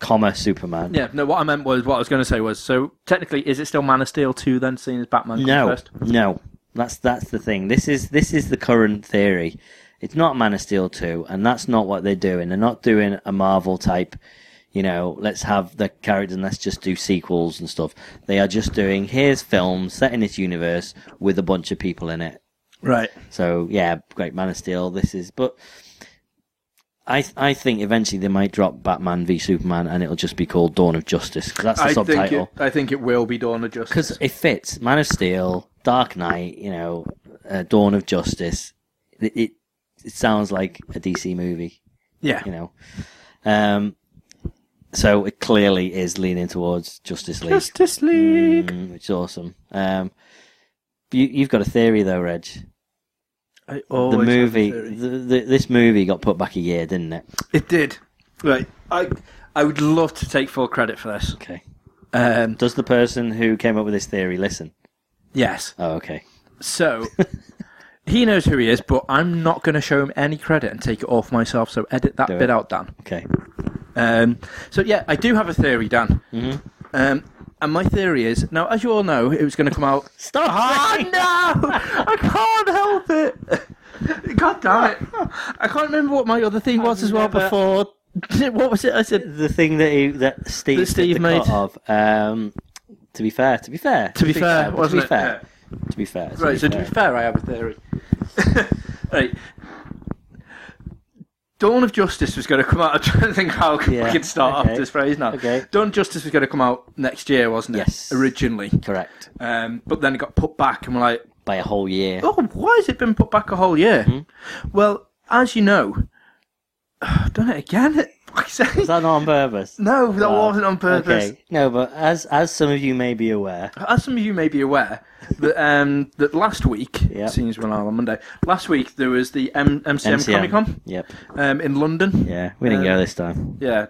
C: comma Superman.
A: Yeah. No. What I meant was what I was going to say was so technically is it still Man of Steel two then, seen as Batman comes
C: No,
A: first?
C: no, that's that's the thing. This is this is the current theory. It's not Man of Steel two, and that's not what they're doing. They're not doing a Marvel type. You know, let's have the characters and let's just do sequels and stuff. They are just doing here's films set in this universe with a bunch of people in it.
A: Right.
C: So yeah, great Man of Steel. This is, but I I think eventually they might drop Batman v Superman, and it'll just be called Dawn of Justice 'cause that's the
A: I think
C: subtitle
A: it, I think it will be Dawn of Justice.
C: because it fits. Man of Steel, Dark Knight, you know, uh, Dawn of Justice. It, it it sounds like a DC movie,
A: yeah.
C: you know. Um, so it clearly is leaning towards Justice League,
A: Justice League.
C: Mm, which is awesome. Um, you, you've got a theory though, Reg.
A: I
C: the
A: always have a
C: movie,
A: theory.
C: the, the, this movie got put back a year, didn't it?
A: It did. Right. I I would love to take full credit for this.
C: Okay.
A: Um,
C: Does the person who came up with this theory listen?
A: yes.
C: Oh, okay.
A: So he knows who he is, but I'm not going to show him any credit and take it off myself. So edit that
C: Do
A: bit
C: it.
A: out, Dan.
C: Okay.
A: Um, so yeah, I do have a theory, Dan. Um, and my theory is now, as you all know, it was going to come out.
C: Stop.
A: Ah
C: saying-
A: no! I can't help it. God damn it! [LAUGHS] I can't remember what my other thing was as well
C: remember-
A: before. [LAUGHS] What was it? I said
C: [LAUGHS] the thing that he, that Steve
A: That Steve
C: did the cut
A: made.
C: of. Um, to be fair, to be fair,
A: To be fair,
C: but
A: wasn't
C: to be
A: it?
C: fair, to be fair, to
A: Right,
C: be
A: so
C: fair.
A: to be fair, I have a theory. [LAUGHS] right. Dawn of Justice was going to come out. I'm trying to think how
C: Yeah,
A: we can start off
C: okay,
A: this phrase now.
C: okay.
A: Dawn of Justice was going to come out next year, wasn't it?
C: Yes.
A: Originally.
C: correct
A: Um, but then it got put back, and we're like,
C: by a whole year.
A: oh, why has it been put back a whole year?
C: Mm-hmm.
A: Well, as you know, [SIGHS] I've done it again. [LAUGHS] Fuck's sake.
C: Was that not on purpose?
A: no, that
C: Wow.
A: wasn't on purpose.
C: Okay, no, but as as some of you may be aware,
A: As some of you may be aware, that um, that last week,
C: Yeah.
A: seeing as we're now on Monday, last week there was the M- MCM, Comic Con
C: Yep.
A: um, in London.
C: Yeah, we didn't
A: Um,
C: go this time.
A: Yeah,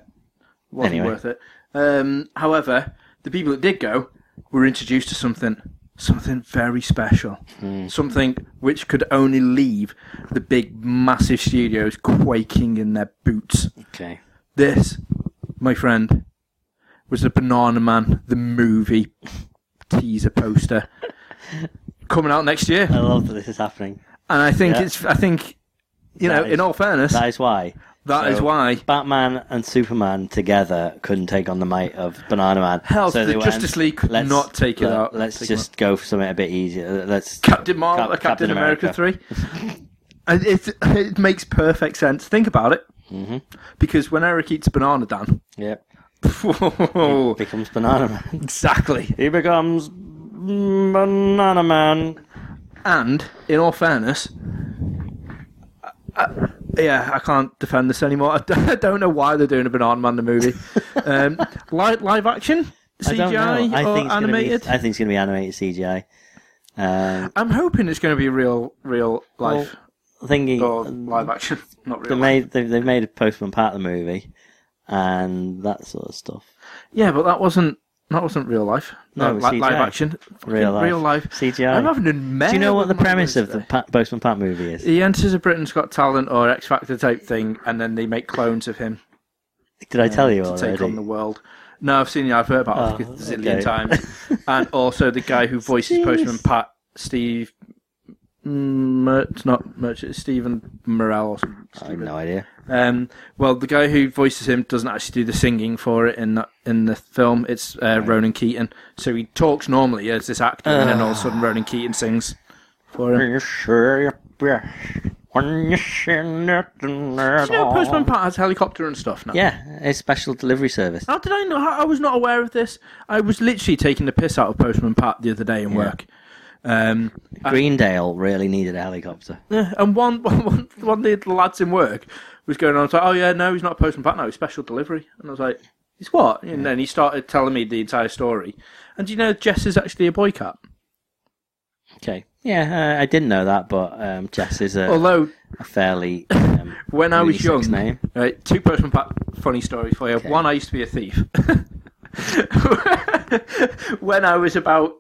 A: wasn't
C: Anyway.
A: worth it. Um, however, the people that did go were introduced to something, something very special,
C: Hmm.
A: something which could only leave the big, massive studios quaking in their boots.
C: Okay.
A: This, my friend, was the Banana Man the movie teaser
C: [LAUGHS]
A: poster coming out next year,
C: I
A: and
C: love that this is happening.
A: I think
C: Yeah.
A: it's. I think you know,
C: That is-
A: in all fairness,
C: That is why
A: that is
C: so-
A: why.
C: Batman and Superman together couldn't take on the might of Banana Man.
A: Hell, the
C: they went,
A: Justice League could
C: "Let's-
A: not take it
C: let-
A: out.
C: Let's
A: Take it
C: just go for something a bit easier. Let's
A: Captain Marvel,
C: Cap-
A: Captain, America, three.
C: [LAUGHS]
A: and it it makes perfect sense. Think about it, because when Eric eats banana, Dan, [LAUGHS]
C: mm-hmm. Yep.
A: whoa,
C: Becomes Banana Man. [LAUGHS]
A: exactly.
C: He becomes Banana Man.
A: And in all fairness, I, I, yeah, I can't defend this anymore. I d- [LAUGHS] I don't know why they're doing a Banana Man the movie. um, live, live action,
C: I don't
A: CGI,
C: know. I
A: or
C: think it's
A: animated.
C: Gonna be, I think it's going to be animated CGI. Um,
A: I'm hoping it's going to be real, real life
C: thinking
A: or live action, [LAUGHS] not
C: they
A: real. life.
C: made they, they made a postman part of the movie, and that sort of stuff.
A: Yeah, but that wasn't that wasn't real life.
C: No,
A: Like- like
C: CGI.
A: live action, Fucking
C: Real life.
A: real life.
C: CGI.
A: I'm having a
C: Do you know what the premise of the
A: today.
C: pa- postman Pat movie is?
A: He enters a Britain's Got Talent or X Factor type thing, and then they make clones of him
C: Did I tell you
A: Uh, to
C: already?
A: take on the world. No, I've seen the advert about it a
C: Oh,
A: zillion
C: [LAUGHS] okay.
A: times, and also the guy who voices
C: Jeez.
A: Postman Pat, Steve Mer- it's not Merch. It's Stephen Morell or something.
C: I have no idea.
A: Um, well, the guy who voices him doesn't actually do the singing for it in that, in the film. It's uh, Ronan Keaton. So he talks normally as this actor, and then all of a
C: Ah.
A: sudden Ronan Keaton sings for him. Do you know Postman Pat has helicopter and stuff now?
C: Yeah, a special delivery service.
A: How did I know? How, I was not aware of this. I was literally taking the piss out of Postman Pat the other day in work. Um,
C: Greendale really needed a helicopter.
A: Yeah, and one [LAUGHS] one one one of the lads in work was going on. I was like, oh yeah, no, he's not a postman pat now. He's special delivery. And I was like, he's what? And then he started telling me the entire story. And do you know Jess is actually a boy cat?
C: Okay. Yeah, uh, I didn't know that, but um, Jess is a,
A: Although
C: a fairly. Um,
A: [LAUGHS] when I was
C: unisex
A: young,
C: name.
A: right, two postman pat funny stories for you. One, I used to be a thief. [LAUGHS] when I was about,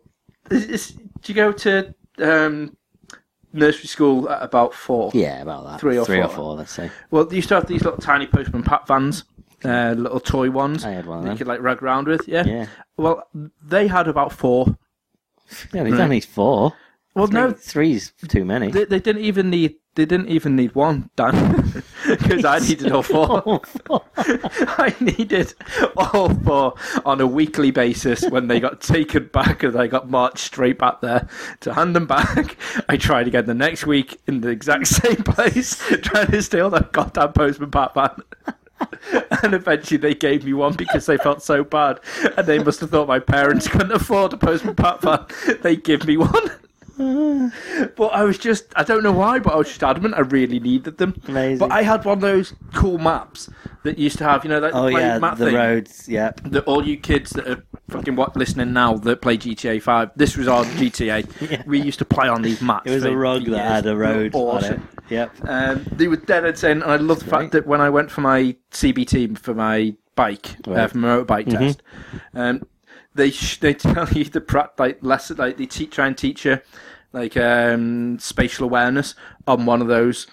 A: is, is, do you go to um, nursery school at about four?
C: Yeah, about that.
A: Three or
C: Three
A: four.
C: or four, let's say.
A: Well, they used to have these little tiny postman pat vans, uh, little toy ones.
C: I had one of
A: that
C: them.
A: You could like rug around with, yeah.
C: Yeah.
A: Well, they had about four.
C: Yeah, there's only four.
A: Hmm. Well, no,
C: Three's too many.
A: they, they didn't even need. They didn't even need one, Dan, [LAUGHS] because I needed all
C: [LAUGHS] Oh,
A: four. [LAUGHS] I needed all four on a weekly basis. When they got taken back, and I got marched straight back there to hand them back, I tried again the next week in the exact [LAUGHS] same place, trying to steal that goddamn postman Pat van. and eventually they gave me one because they felt so bad, and they must have thought my parents couldn't afford a postman Pat van. They give me one. But I was just, I don't know why, but I was just adamant I really needed them.
C: Amazing.
A: But I had one of those cool maps that used to have, you know, that
C: Oh,
A: play
C: yeah,
A: map
C: the
A: thing.
C: roads. Yeah.
A: That all you kids that are fucking what, listening now that play GTA 5, this was our
C: [LAUGHS]
A: GTA. We used to play on these maps.
C: It was
A: for
C: a rug
A: years.
C: that had a
A: They were
C: road
A: Awesome.
C: on it. Yep.
A: Um, they were dead and saying, and I love the fact that when I went for my CBT for my bike, uh,
C: Right. Mm-hmm.
A: for my motorbike test, um, they sh- they [LAUGHS] tell you the prat like lesson like they te- try and teach you like um, spatial awareness on one of those.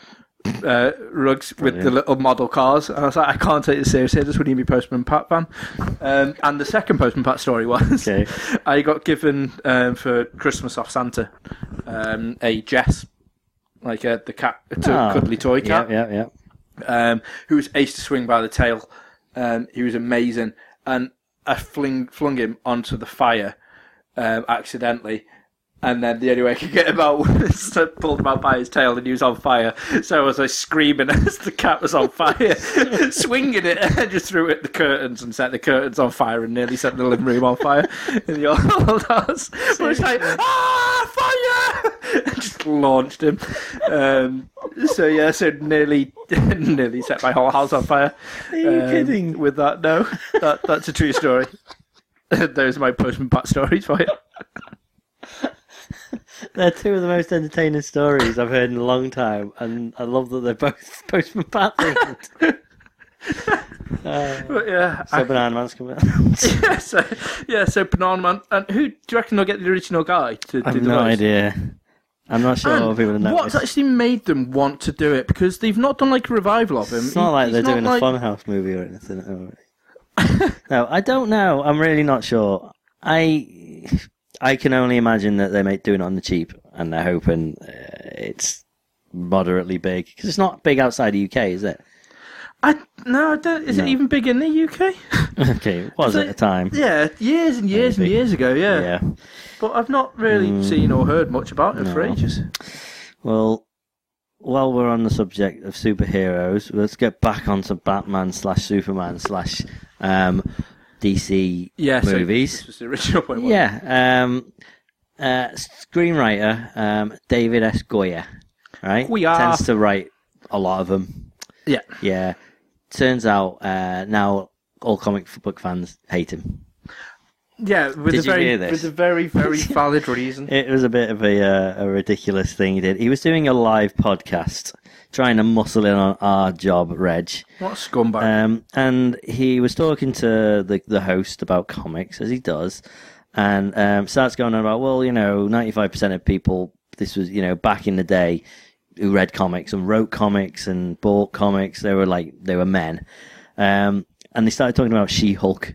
A: Uh, rugs with the little model cars, and I was like, I can't take this seriously. This wouldn't even be Postman Pat van. Um, and the second Postman Pat story was
C: Okay.
A: [LAUGHS] I got given um, for Christmas off Santa um, a Jess, like a, the cat, a t-
C: Ah.
A: cuddly toy cat,
C: Yep, yep, yep.
A: Um, who was ace to swing by the tail. Um, he was amazing, and I fling, flung him onto the fire um, accidentally. And then the only way I could get him out was to pull him out by his tail, and he was on fire. So I was like screaming [LAUGHS] as the cat was on
C: [LAUGHS]
A: fire, swinging it, and I just threw it at the curtains and set the curtains on fire, and nearly set the living room on fire in the old [LAUGHS] house. But it's like ah, fire! [LAUGHS] And just launched him. Um, so yeah, so nearly, [LAUGHS] nearly set my whole house on fire. Are
C: you kidding?
A: With that, no, that, that's a true story. [LAUGHS] Those are my postman pat stories for you.
C: They're two of the most entertaining stories I've heard in a long time, and I love that they're both [LAUGHS] Postman Pat themed. uh,
A: But yeah,
C: so Banana Man's coming out.
A: [LAUGHS] yeah, so yeah, so Banana Man. And who do you reckon they'll get the original guy to
C: I
A: do
C: have
A: the
C: no
A: voice?
C: idea. I'm not sure
A: And
C: what people have
A: what's
C: noticed.
A: actually made them want to do it? Because they've not done like a revival of him.
C: It's not like
A: He's
C: they're doing
A: like-
C: a Funhouse movie or anything. oh. no, I don't know. I'm really not sure. I I can only imagine that they make doing it on the cheap, and they're hoping uh, it's moderately big because it's not big outside the UK, is it? [LAUGHS]
A: I no, I don't, is
C: No.
A: it even big in the UK?
C: okay, it was at the time.
A: Yeah, years and years and
C: Maybe.
A: years ago. Yeah. [LAUGHS]
C: Yeah. Mm.
A: but I've not really seen or heard much about him for
C: No.
A: ages.
C: Well, while we're on the subject of superheroes, let's get back onto Batman slash Superman slash um, DC
A: Yeah, so
C: movies.
A: this was the original point. wasn't
C: Yeah. Um, uh, screenwriter um, David S. Goya, right?
A: Goya.
C: Tends to write a lot of them.
A: it? yeah.
C: Yeah. Turns out uh, now all comic book fans hate him.
A: Yeah, with
C: Did
A: a
C: you
A: very,
C: hear this?
A: with a very,
C: [LAUGHS]
A: very valid reason.
C: It was a bit of a, uh, a ridiculous thing he did. He was doing a live podcast trying to muscle in on our job, Reg.
A: What a scumbag!
C: Um, and he was talking to the, the host about comics, as he does, and um, starts going on about, well, you know, 95% of people, this was, you know, back in the day, who read comics and wrote comics and bought comics, they were like, they were men. Um, and they started talking about She Hulk.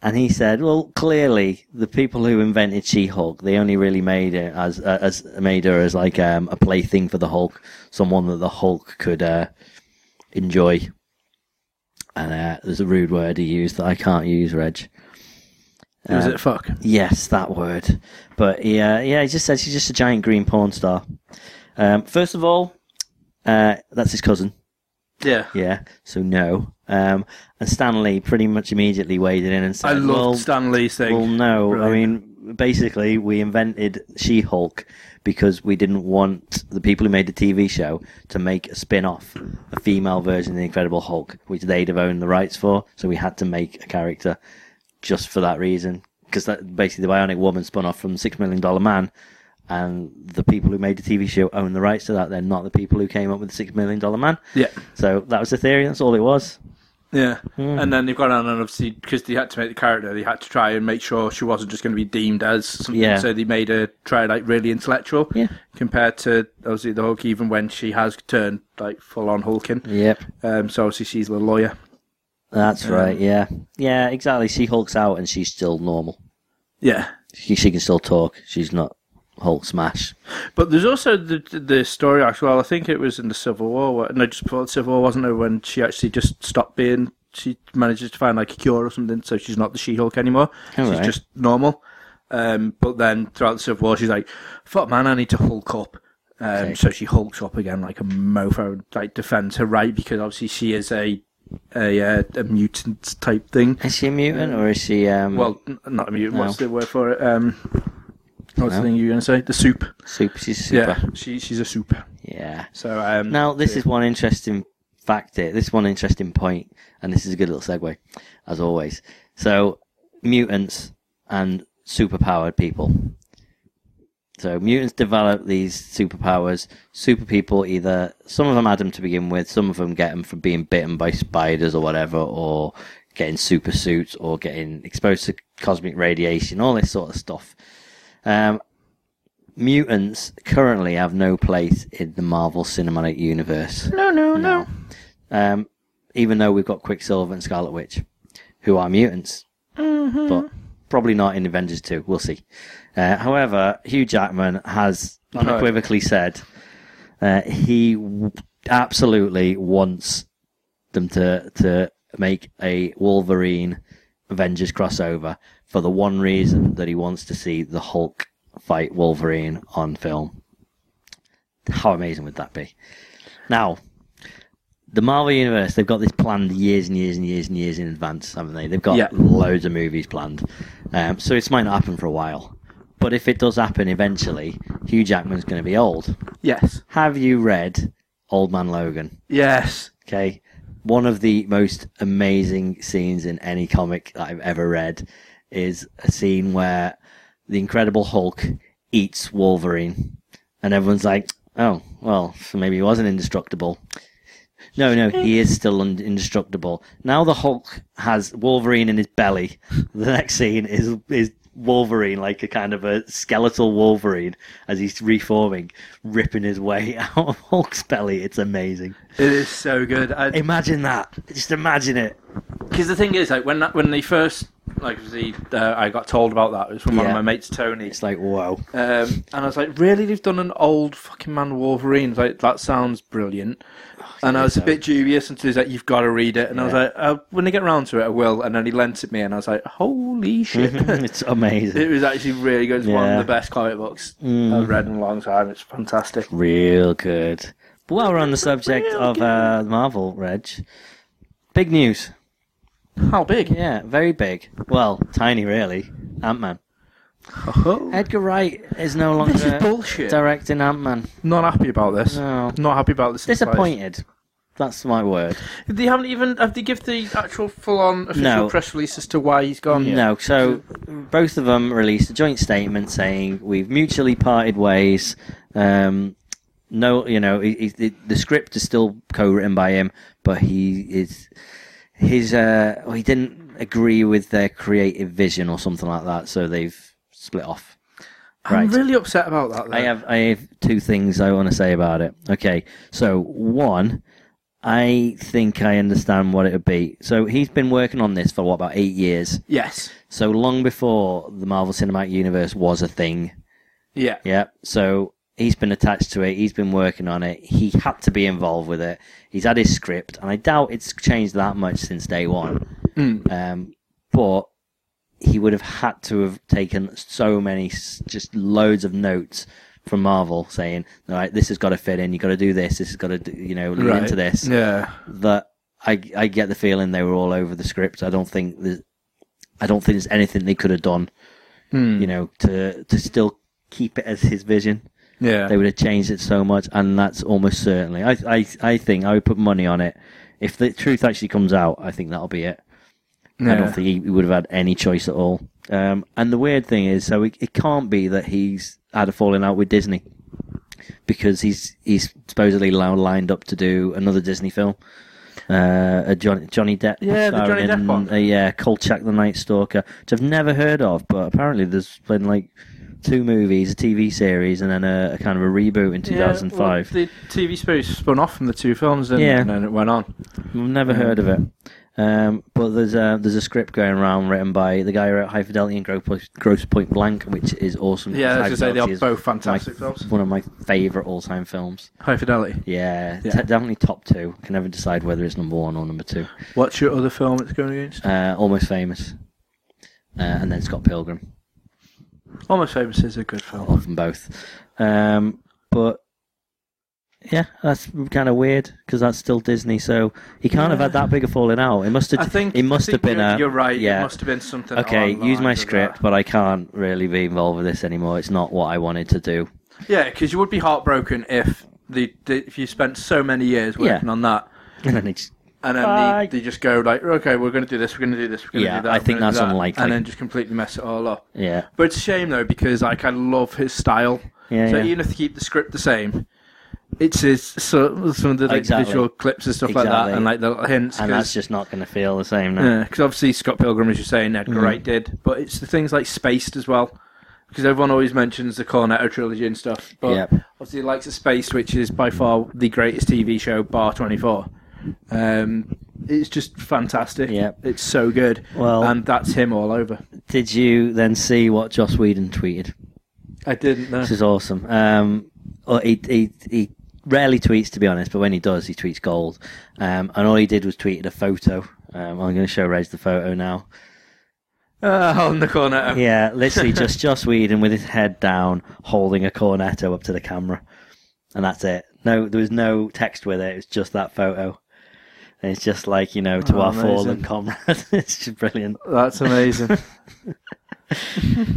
C: And he said, "Well, clearly the people who invented She-Hulk, they only really made it as uh, as made her as like um, a plaything for the Hulk, someone that the Hulk could uh, enjoy." And uh, there's a rude word he used that I can't use, Reg.
A: was
C: Uh,
A: it fuck?
C: Yes, that word. But yeah, yeah, he just said she's just a giant green porn star. Um, first of all, uh, that's his cousin.
A: Yeah.
C: Yeah, so no. Um, and Stanley pretty much immediately waded in and said,
A: I loved
C: uh, well,
A: Stan Lee saying,
C: well, no. I
A: Brilliant.
C: mean, basically, we invented She Hulk because we didn't want the people who made the TV show to make a spin off, a female version of The Incredible Hulk, which they'd have owned the rights for. So we had to make a character just for that reason. Because that, basically, the Bionic Woman spun off from Six Million Dollar Man. And the people who made the TV show own the rights to that. They're not the people who came up with the Six Million Dollar Man.
A: yeah,
C: So that was the theory. That's all it was.
A: yeah.
C: Hmm.
A: And then they've gone on and obviously because they had to make the character, they had to try and make sure she wasn't just going to be deemed as something.
C: Yeah.
A: So they made her try like really intellectual.
C: Yeah.
A: Compared to obviously the Hulk, even when she has turned like full on hulking.
C: Yep.
A: Um, so obviously she's a lawyer.
C: That's right. Yeah. Yeah, exactly. She hulks out and she's still normal.
A: Yeah.
C: She, she can still talk. She's not Hulk smash.
A: But there's also the the story arc as well. I think it was in the Civil War. where- No, just before the Civil War, wasn't it? When she actually just stopped being. She manages to find like a cure or something, so she's not the She-Hulk anymore. she's
C: Alright.
A: just normal. Um, but then throughout the Civil War, she's like, "Fuck, man, I need to Hulk up." Um, So she hulks up again like a mofo, and, like defends her right because obviously she is a a, uh, a mutant type thing.
C: Is she a mutant or is she um
A: Well, n- not a mutant.
C: No.
A: What's the word for it? Um, what's the
C: No.
A: thing you were gonna say? The soup.
C: super? She's
A: Yeah,
C: super.
A: she she's a soup.
C: Yeah.
A: So um,
C: Now this is one interesting fact. Here. This is one interesting point, and this is a good little segue, as always. So mutants and superpowered people. So mutants develop these superpowers. Super people either some of them had them to begin with, some of them get them from being bitten by spiders or whatever, or getting super suits or getting exposed to cosmic radiation, all this sort of stuff. Um, mutants currently have no place in the Marvel Cinematic Universe. No, no, no. Um, even though we've got Quicksilver and Scarlet Witch, who are mutants, but probably not in Avengers Two. We'll see. Uh, however, Hugh Jackman has unequivocally said uh, he w- absolutely wants them to to make a Wolverine Avengers crossover for the one reason that he wants to see the Hulk fight Wolverine on film. How amazing would that be? Now, the Marvel Universe, they've got this planned years and years and years and years in advance, haven't they? They've got
A: Yeah.
C: loads of movies planned. Um, so this might not happen for a while. But if it does happen eventually, Hugh Jackman's going to be old.
A: yes,
C: Have you read Old Man Logan?
A: yes,
C: Okay. One of the most amazing scenes in any comic that I've ever read is a scene where the Incredible Hulk eats Wolverine. And everyone's like, oh, well, so maybe he wasn't indestructible. No, no, he is still un- indestructible. Now the Hulk has Wolverine in his belly. The next scene is is Wolverine, like a kind of a skeletal Wolverine, as he's reforming, ripping his way [LAUGHS] out of Hulk's belly. It's amazing.
A: it is so good. I
C: Imagine that. Just imagine it.
A: Because the thing is, like when that, when they first like the uh, I got told about that it was from one
C: Yeah.
A: of my mates, Tony,
C: It's
A: [LAUGHS]
C: like, whoa.
A: um, and I was like, really, they've done an old fucking man Wolverine. It's Like that sounds brilliant.
C: Oh,
A: And I was a bit dubious until he's like, "You've got to read it," and I was
C: Yeah.
A: like, uh, "When I get round to it, I will." And then he lent it me, and I was like,
C: [LAUGHS]
A: "Holy shit!" [LAUGHS]
C: [LAUGHS] it's amazing.
A: it was actually really good. It's one
C: Yeah. Mm.
A: of the best comic books I've read in a long time. It's fantastic.
C: Real good. But while we're on the subject of uh, Marvel, Reg, big news.
A: How big?
C: Yeah, very big. Well, tiny, really. Ant Man.
A: Oh,
C: Edgar Wright is no longer
A: This is bullshit.
C: directing Ant Man.
A: Not happy about this.
C: No.
A: Not happy about this.
C: Disappointed. That's my word.
A: They haven't even have they give the actual full on official
C: No.
A: press release as to why he's gone.
C: Um, No, so both of them released a joint statement saying we've mutually parted ways. Um, no, you know he, he, the- the script is still co-written by him, but he is his. Uh, well, he didn't agree with their creative vision or something like that, so they've split off.
A: I'm really upset about that. Though.
C: I have I have two things I want to say about it. Okay, so one, I think I understand what it would be. So he's been working on this for what about eight years?
A: Yes.
C: So long before the Marvel Cinematic Universe was a thing.
A: Yeah.
C: Yeah. So he's been attached to it. He's been working on it. He had to be involved with it. He's had his script, and I doubt it's changed that much since day one.
A: Hmm.
C: Um, but he would have had to have taken so many, s- just loads of notes from Marvel saying, "All right, this has got to fit in. You got to do this. This has got to, do, you know, lead
A: Right.
C: into this."
A: Yeah.
C: That I, I get the feeling they were all over the script. I don't think there's, I don't think there's anything they could have done,
A: Hmm.
C: you know, to to still keep it as his vision
A: Yeah.
C: they would have changed it so much, and that's almost certainly. I, I, I think I would put money on it. If the truth actually comes out, I think that'll be it. I
A: Yeah.
C: don't think he, he would have had any choice at all. Um, and the weird thing is, so it, it can't be that he's had a falling out with Disney because he's he's supposedly now lined up to do another Disney film. Uh, a Johnny Johnny Depp,
A: Yeah, the
C: starring
A: Johnny Depp
C: in,
A: one.
C: uh, yeah, Kolchak the Night Stalker, which I've never heard of, but apparently there's been like two movies, a TV series, and then a, a kind of a reboot in 2005.
A: the TV series spun off from the two films, didn't
C: Yeah.
A: it? and then it went on.
C: I've never heard of it. Um, but there's a, there's a script going around written by the guy who wrote High Fidelity and Gro- Gross Point Blank, which is awesome.
A: Yeah, I was
C: Mm. High
A: gonna say, they are
C: Fidelity is
A: both
C: one of my-
A: fantastic films.
C: One of my favourite all-time films.
A: High Fidelity.
C: Yeah,
A: Yeah.
C: T- definitely top two. Can never decide whether it's number one or number two.
A: What's your other film it's going against?
C: Uh, Almost Famous, uh, and then Scott Pilgrim.
A: Almost Famous is a good
C: I
A: film.
C: love them both. Um, but yeah, that's kind of weird because that's still Disney, so he can't have had that big a falling out. It must have.
A: I think
C: it must
A: I
C: have
A: think
C: been
A: you're,
C: a.
A: You're right.
C: Yeah.
A: It must have been something.
C: okay,
A: along the
C: use my
A: lines of
C: script,
A: that.
C: but I can't really be involved with this anymore. It's not what I wanted to do.
A: Yeah, because you would be heartbroken if the, the if you spent so many years working
C: Yeah.
A: on that,
C: And then it's
A: and
C: Bye.
A: then they, they just go like, okay, we're going to do this, we're going to do this, we're going to
C: Yeah,
A: do that.
C: I
A: we're
C: think
A: gonna do
C: that's
A: that,
C: unlikely.
A: and then just completely mess it all up.
C: yeah,
A: But it's a shame though because like I love his style.
C: Yeah,
A: so
C: yeah.
A: even if they keep the script the same, it's his so, some of the like,
C: Exactly.
A: visual clips and stuff like
C: Exactly.
A: that, and like the little hints.
C: and that's just not going to feel the same now.
A: because obviously Scott Pilgrim, as you're saying, Edgar
C: Mm.
A: Wright did, but it's the things like Spaced as well. Because everyone always mentions the Cornetto trilogy and stuff, but
C: Yep.
A: obviously he likes of Spaced, which is by far the greatest TV show, bar 24. Um, it's just fantastic.
C: Yep.
A: It's so good.
C: Well-
A: and that's him all over.
C: Did you then see what Joss Whedon tweeted?
A: I didn't know.
C: This is awesome. Um, oh, he, he, he rarely tweets, to be honest, but when he does, he tweets gold. Um, and all he did was tweeted a photo. Um, I'm going to show Reg the photo now.
A: Uh, holding the [LAUGHS] Cornetto.
C: Yeah, literally just Joss Whedon with his head down, holding a cornetto up to the camera, and that's it. No, there was no text with it. It was just that photo, and it's just like you know, to
A: Oh,
C: our
A: amazing.
C: fallen comrades. [LAUGHS] it's just brilliant.
A: That's amazing.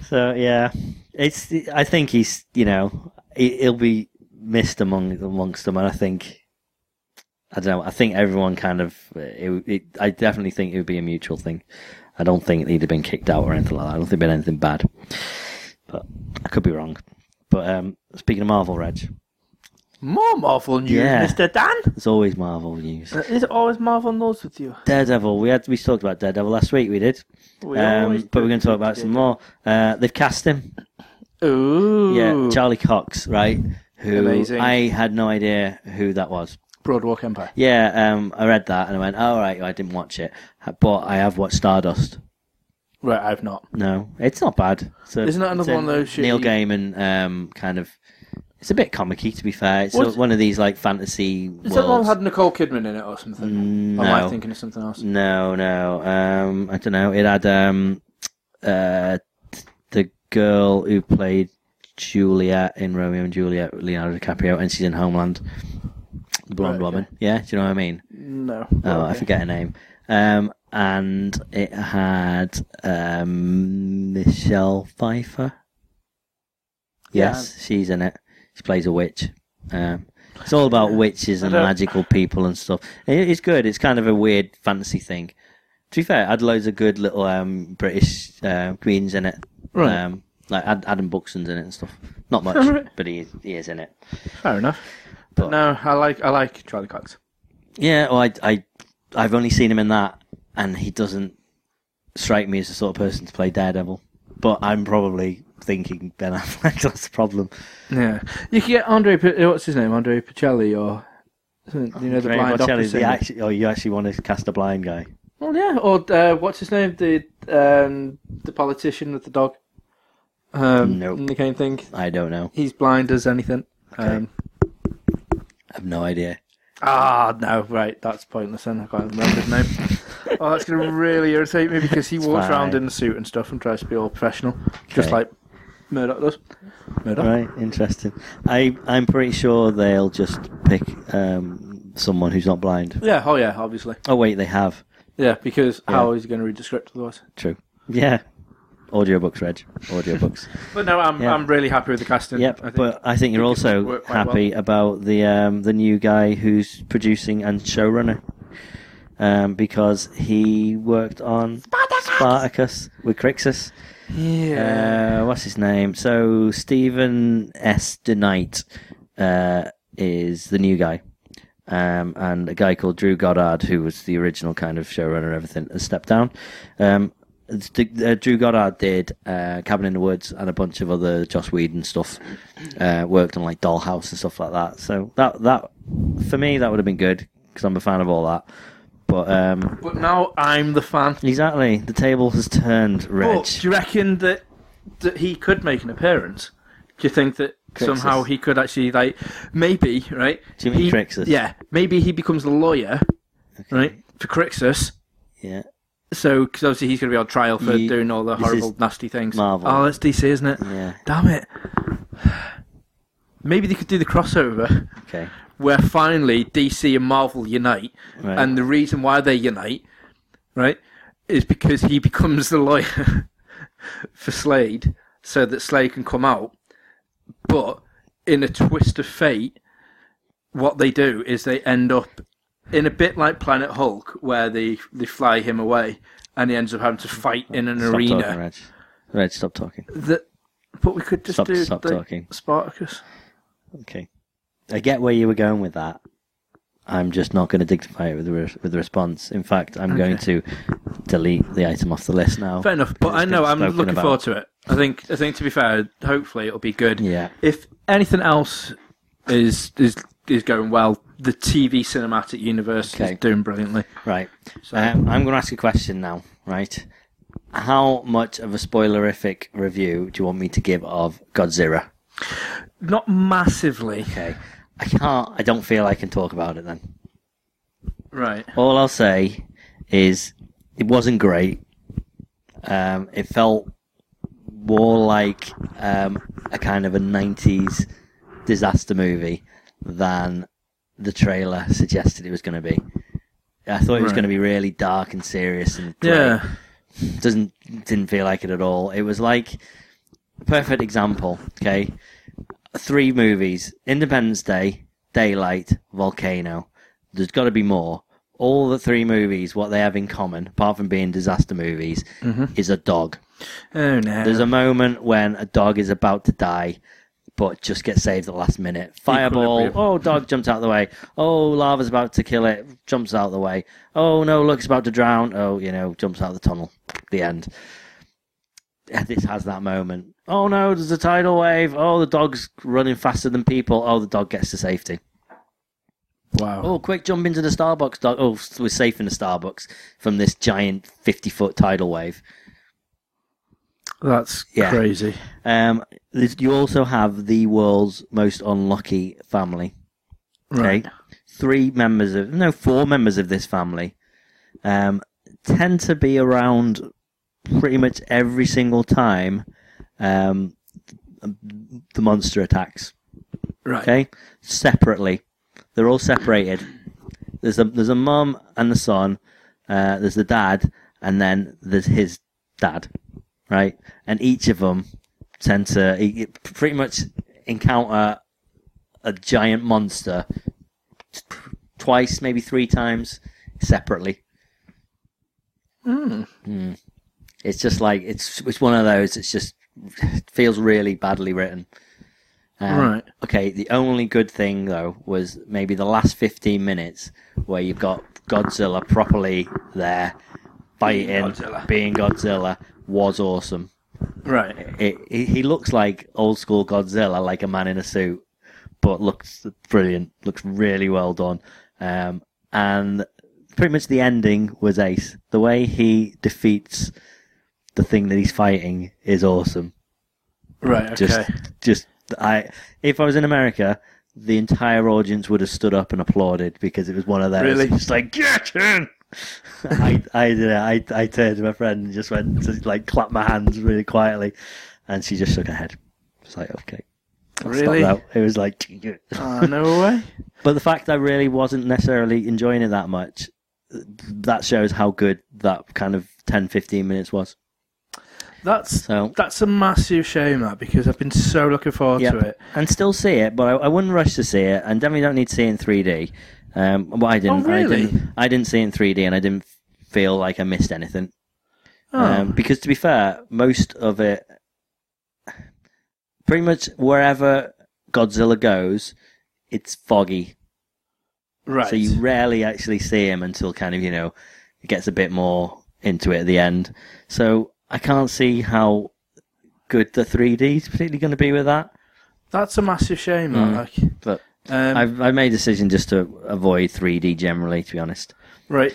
C: So yeah, it's. I think he's. You know, he, he'll be missed among amongst them, and I think. I don't know. I think everyone kind of. It, it, I definitely think it would be a mutual thing. I don't think he'd have been kicked out or anything like that. I don't think it'd been anything bad. But I could be wrong. But um, speaking of Marvel, Reg,
A: [LAUGHS] More Marvel news,
C: Yeah.
A: Mr. Dan.
C: there's always Marvel news.
A: Is it always Marvel news with you?
C: Daredevil. We had we talked about Daredevil last week. We did.
A: We always
C: um, but
A: do.
C: we're going to talk about some more. Uh, they've cast him.
A: Ooh.
C: Yeah, Charlie Cox, right? Who
A: Amazing.
C: I had no idea who that was.
A: Broadwalk Empire.
C: Yeah, um, I read that and I went, "All right, I didn't watch it, but I have watched Stardust."
A: Right, I've not.
C: No, it's not bad. So
A: Isn't that another one of those
C: Neil
A: shitty-
C: Gaiman um, kind of? It's a bit comic-y, to be fair. It's
A: What's-
B: it-
C: one of these like fantasy.
A: Is that the one
C: worlds.
A: that had Nicole Kidman in it or something?
C: Mm,
A: Or Am
C: no.
A: I thinking of something else?
C: No, no. Um, I don't know. It had um, uh, t- the girl who played Juliet in Romeo and Juliet, Leonardo DiCaprio, and she's in Homeland. The blonde
A: Right, okay.
C: woman. Yeah, do you know what I mean?
A: No.
C: Oh, I
A: Okay.
C: forget her name. Um, and it had um, Michelle Pfeiffer. Yes, she's in it. She plays a witch. Um, it's all about witches
A: I
C: and
A: don't-
C: magical people and stuff. It- It's good. It's kind of a weird fantasy thing. To be fair, I had loads of good little um, British uh, comedians in it.
A: Right.
C: Um, like Ad- Adam Buxton's in it and stuff. Not
A: [LAUGHS]
C: much,
A: Alright.
C: but he, he is in it.
A: Fair enough. But no, I like I like Charlie Cox.
C: Yeah, well, I, I, I've only seen him in that, and he doesn't strike me as the sort of person to play Daredevil. But I'm probably thinking Ben [LAUGHS] Affleck. That's the problem.
A: uh, Yeah, you can get Andre. P- What's his name? Andre Pacelli or You know, the
C: Ray
A: blind opera
C: Bocelli, the
A: singer.
C: actu- oh, you actually want to cast a blind guy.
A: Well, yeah, or uh, what's his name? The um, the politician with the dog. Um,
C: Nope.
A: and The cane thing.
C: I don't know.
A: He's blind as anything. Um,
C: I have no idea.
A: ah, no, right, that's pointless then. I can't remember his name. [LAUGHS] oh, that's going to really irritate me because he walks
C: fine.
A: around in a suit and stuff and tries to be all professional, just
C: Okay.
A: like Murdoch does. Murdoch.
C: [LAUGHS] Right, interesting. I I'm pretty sure they'll just pick um, someone who's not blind.
A: Yeah, oh yeah, obviously.
C: Oh wait, they have.
A: Yeah, because how
C: Yeah.
A: is he going to read the script otherwise?
C: True. Yeah. Audiobooks, Reg. Audiobooks.
A: [LAUGHS] But no, I'm
C: Yeah.
A: I'm really happy with the casting.
C: yep.
A: I think.
C: but I think you're
A: it could
C: also
A: work quite
C: happy about the um, the new guy who's producing and showrunner, um, because he worked on Spartacus, with Crixus.
A: yeah,
C: Uh, what's his name? So Stephen S. DeKnight uh, is the new guy, um, and a guy called Drew Goddard, who was the original kind of showrunner and everything, has stepped down. Um, it's the- uh, Drew Goddard did uh, Cabin in the Woods and a bunch of other Joss Whedon stuff. Uh, worked on like Dollhouse and stuff like that. So that that for me that would have been good because I'm a fan of all that. But um,
A: but now I'm the fan.
C: exactly, the table has turned, Reg.
A: But Oh, do you reckon that that he could make an appearance? Do you think that
C: Crixus.
A: somehow he could actually like maybe right?
C: Do you mean
A: he,
C: Crixus?
A: Yeah, maybe he becomes a lawyer,
C: Okay.
A: right, for Crixus.
C: Yeah.
A: So because obviously he's going to be on trial for
C: Ye-
A: doing all the
C: this is
A: horrible, nasty things.
C: Marvel.
A: Oh, that's DC, isn't it?
C: Yeah.
A: Damn it. [SIGHS] Maybe they could do the crossover
C: Okay.
A: where finally DC and Marvel unite,
C: Right.
A: and the reason why they unite, right, is because he [LAUGHS] becomes the lawyer [LAUGHS] for Slade, so that Slade can come out. But in a twist of fate, what they do is they end up in a bit like Planet Hulk, where they they fly him away, and he ends up having to fight in an
C: Stop talking,
A: arena.
C: Reg. Reg, stop talking.
A: That, but we could just
C: Stop-
A: do
C: stop
A: the
C: talking.
A: Spartacus.
C: Okay. I get where you were going with that. I'm just not going to dignify it with the, re- with the response. In fact, I'm going to delete the item off the list now.
A: Fair enough, but
C: It's
A: I know
C: been
A: I'm
C: spoken
A: looking
C: about.
A: forward to it. I think I think to be fair, hopefully it'll be good.
C: Yeah.
A: If anything else is is is going well, the TV cinematic universe
C: Okay.
A: is doing brilliantly.
C: Right. Um, I'm going to ask a question now, right? How much of a spoilerific review do you want me to give of Godzilla?
A: Not massively,
C: Okay. I can't, I don't feel I can talk about it then.
A: right?
C: All I'll say is it wasn't great. Um, it felt more like um, a kind of a 90s disaster movie than the trailer suggested it was going to be. I thought it was
A: Right.
C: going to be really dark and serious and grey.
A: Yeah,
C: doesn't didn't feel like it at all. It was like a perfect example, okay? Three movies, Independence Day, Daylight, Volcano. There's got to be more. All the three movies, what they have in common, apart from being disaster movies, is a dog.
A: oh no,
C: There's a moment when a dog is about to die, but just gets saved at the last minute. Fireball.
A: Equilibrium.
C: Oh, dog jumps out of the way. Oh, lava's about to kill it. Jumps out of the way. Oh, no, look, it's about to drown. Oh, you know, jumps out of the tunnel. The end. And This has that moment. Oh, no, there's a tidal wave. Oh, the dog's running faster than people. Oh, the dog gets to safety.
A: wow.
C: Oh, quick, jump into the Starbucks, dog. Oh, we're safe in the Starbucks from this giant 50 foot tidal wave.
A: That's
C: yeah.
A: crazy.
C: Um, there's- you also have the world's most unlucky family. Okay,
A: Right.
C: three members of no, four members of this family um, tend to be around pretty much every single time um, the monster attacks.
A: Right.
C: Okay, separately, they're all separated. There's a there's a mum and the son. Uh, there's the dad, and then there's his dad, right? And each of them tend to e- e- pretty much encounter a giant monster t- twice, maybe three times separately. Mm. It's just like it's it's one of those. It's just it feels really badly written. Um,
A: Right.
C: Okay. The only good thing though was maybe the last fifteen minutes where you've got Godzilla properly there fighting,
A: Godzilla.
C: being Godzilla was awesome.
A: Right.
C: It, he he looks like old school Godzilla, like a man in a suit, but looks brilliant. Looks really well done. Um, and pretty much the ending was ace. The way he defeats the thing that he's fighting is awesome.
A: Right. Okay.
C: Just, just I. If I was in America, the entire audience would have stood up and applauded because it was one of those.
A: Really?
C: Just like get in. [LAUGHS] I, I did it. I, I turned to my friend and just went to like clap my hands really quietly, and she just shook her head. It's like okay. I'll stop [LAUGHS]
A: Really?
C: now. It was like.
A: Ah, no way.
C: [LAUGHS] But the fact I really wasn't necessarily enjoying it that much, that shows how good that kind of 10, 15 minutes was.
A: That's
C: So,
A: that's a massive shame that because I've been so looking forward
C: Yep.
A: to it.
C: and still see it, but I, I wouldn't rush to see it, and definitely don't need to see it in 3D. Um, well, I didn't.
A: Oh, really?
C: I didn't, I didn't see it in 3D, and I didn't f- feel like I missed anything.
A: Oh,
C: Um, because to be fair, most of it, pretty much wherever Godzilla goes, it's foggy.
A: right.
C: So you rarely actually see him until kind of, you know, it gets a bit more into it at the end. So I can't see how good the 3D is particularly going to be with that.
A: that's a massive shame.
C: Mm.
A: That, like,
C: But
A: um,
C: I've, I've made a decision just to avoid 3D generally, to be honest.
A: right.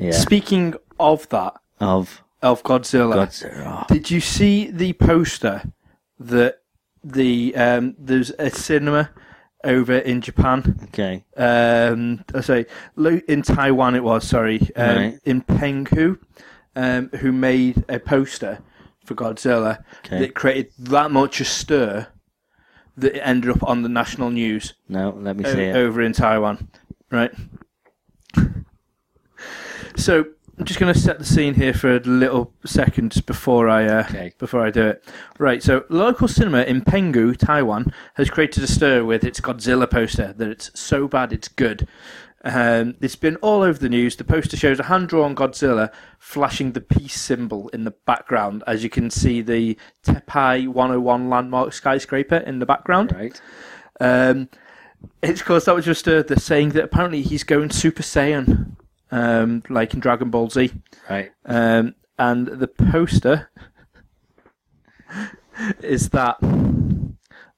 C: Yeah.
A: Speaking of that,
C: of
A: of Godzilla,
C: Godzilla.
A: did you see the poster that the um, there's a cinema over in Japan?
C: Okay.
A: um, I say lo- in Taiwan it was sorry um,
C: Right.
A: in Penghu, um, who made a poster for Godzilla
C: Okay.
A: that created that much a stir that it ended up on the national news
C: No, let me
A: o-
C: see it.
A: over in Taiwan, right? [LAUGHS] So I'm just going to set the scene here for a little seconds before I uh,
C: Okay.
A: before I do it. Right. So local cinema in Penghu, Taiwan, has created a stir with its Godzilla poster that it's so bad it's good. Um, it's been all over the news. The poster shows a hand-drawn Godzilla flashing the peace symbol in the background, as you can see the Tepai 101 landmark skyscraper in the background.
C: Right.
A: Um, it's caused that was just uh, the saying that apparently he's going Super Saiyan, um, like in Dragon Ball Z.
C: Right.
A: Um, and the poster [LAUGHS] is that.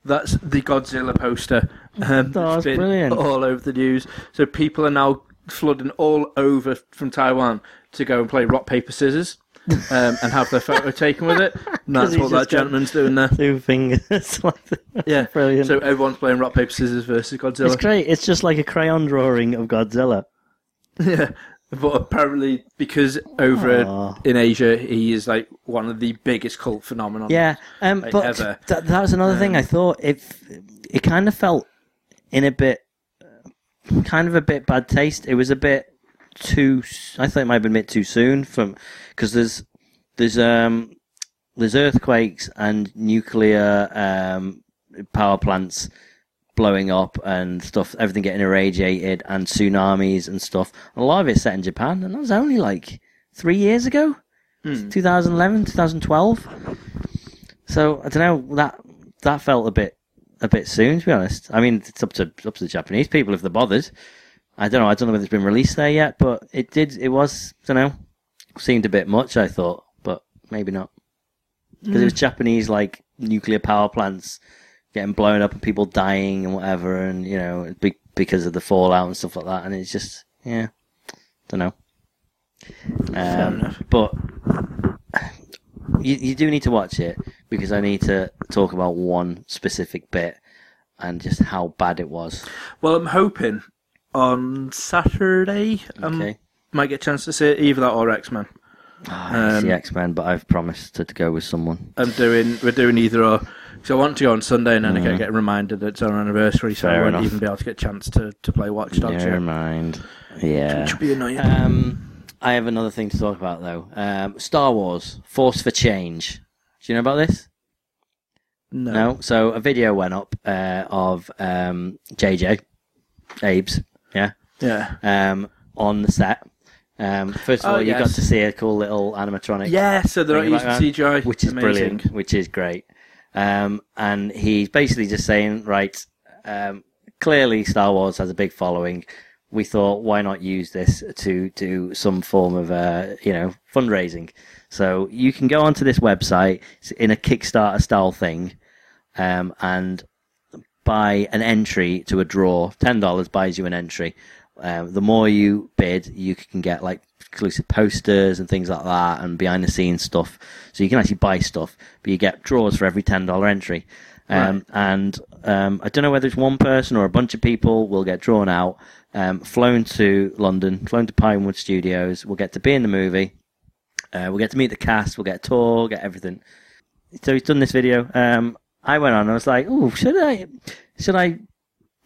A: That's the Godzilla poster. Um,
C: Oh,
A: it's
C: that's
A: been
C: brilliant.
A: all over the news. So people are now flooding all over from Taiwan to go and play rock, paper, scissors um, and have their photo taken with
C: [LAUGHS]
A: it. And that's
C: he's
A: what that
C: just gone-
A: gentleman's doing
C: [LAUGHS]
A: there.
C: Two fingers. like that.
A: Yeah.
C: Brilliant.
A: So everyone's playing rock, paper, scissors versus Godzilla.
C: it's great. It's just like a crayon drawing of Godzilla.
A: Yeah, but apparently because over
C: Aw.
A: in Asia he is like one of the biggest cult phenomenon.
C: Yeah, um,
A: like,
C: but
A: ever.
C: That, that was another thing I thought. If it kind of felt in a bit, kind of a bit bad taste. It was a bit too. s- I thought it might have been a bit too soon from because there's there's um there's earthquakes and nuclear um power plants blowing up and stuff. Everything getting irradiated and tsunamis and stuff. A lot of it's set in Japan, and that was only like three years ago. 2011, 2012. So I don't know that that felt a bit a bit soon to be honest. I mean it's up to up to the Japanese people if they're bothered. I don't know. I don't know whether it's been released there yet, but it did. It was I don't know. Seemed a bit much. I thought, but maybe not because it was Japanese like nuclear power plants getting blown up and people dying and whatever, and you know be- because of the fallout and stuff like that. And it's just yeah, don't know. Um,
A: enough.
C: but you, you do need to watch it because I need to talk about one specific bit and just how bad it was.
A: Well, I'm hoping on Saturday I
C: Okay.
A: might get a chance to see it, either that or X Men.
C: Ah,
A: um,
C: it's the X Men, but I've promised to, to go with someone.
A: I'm doing we're doing either or. So I want to go on Sunday and then I get, get reminded that it's our anniversary, so I
C: Fair
A: won't
C: enough.
A: even be able to get a chance to, to play Watch Dogs.
C: Never
A: yet,
C: mind. Yeah.
A: Which would be annoying.
C: Um, I have another thing to talk about though. Um, Star Wars: Force for Change. Do you know about this?
A: no.
C: No. So a video went up uh, of um, JJ, Abe's, yeah,
A: Yeah.
C: um, on the set. Um, first of
A: Oh,
C: all, you got
A: yes.
C: to see a cool little animatronic
A: Yeah, so they're not
C: Bring it
A: using
C: back
A: CGI,
C: round, which is
A: Amazing.
C: brilliant, which is great. Um, and he's basically just saying, right, um, clearly Star Wars has a big following. We thought, why not use this to do some form of, uh, you know, fundraising? So you can go onto this website it's in a Kickstarter style thing, um, and buy an entry to a draw. Ten dollars buys you an entry. Um, the more you bid, you can get like exclusive posters and things like that, and behind the scenes stuff. So you can actually buy stuff, but you get draws for every ten dollar entry. Um, And um, I don't know whether it's one person or a bunch of people will get drawn out, um, flown to London, flown to Pinewood Studios. We'll get to be in the movie. Uh, we'll get to meet the cast. We'll get a tour. Get everything. So he's done this video. Um, I went on. I was like, "Oh, should I? Should I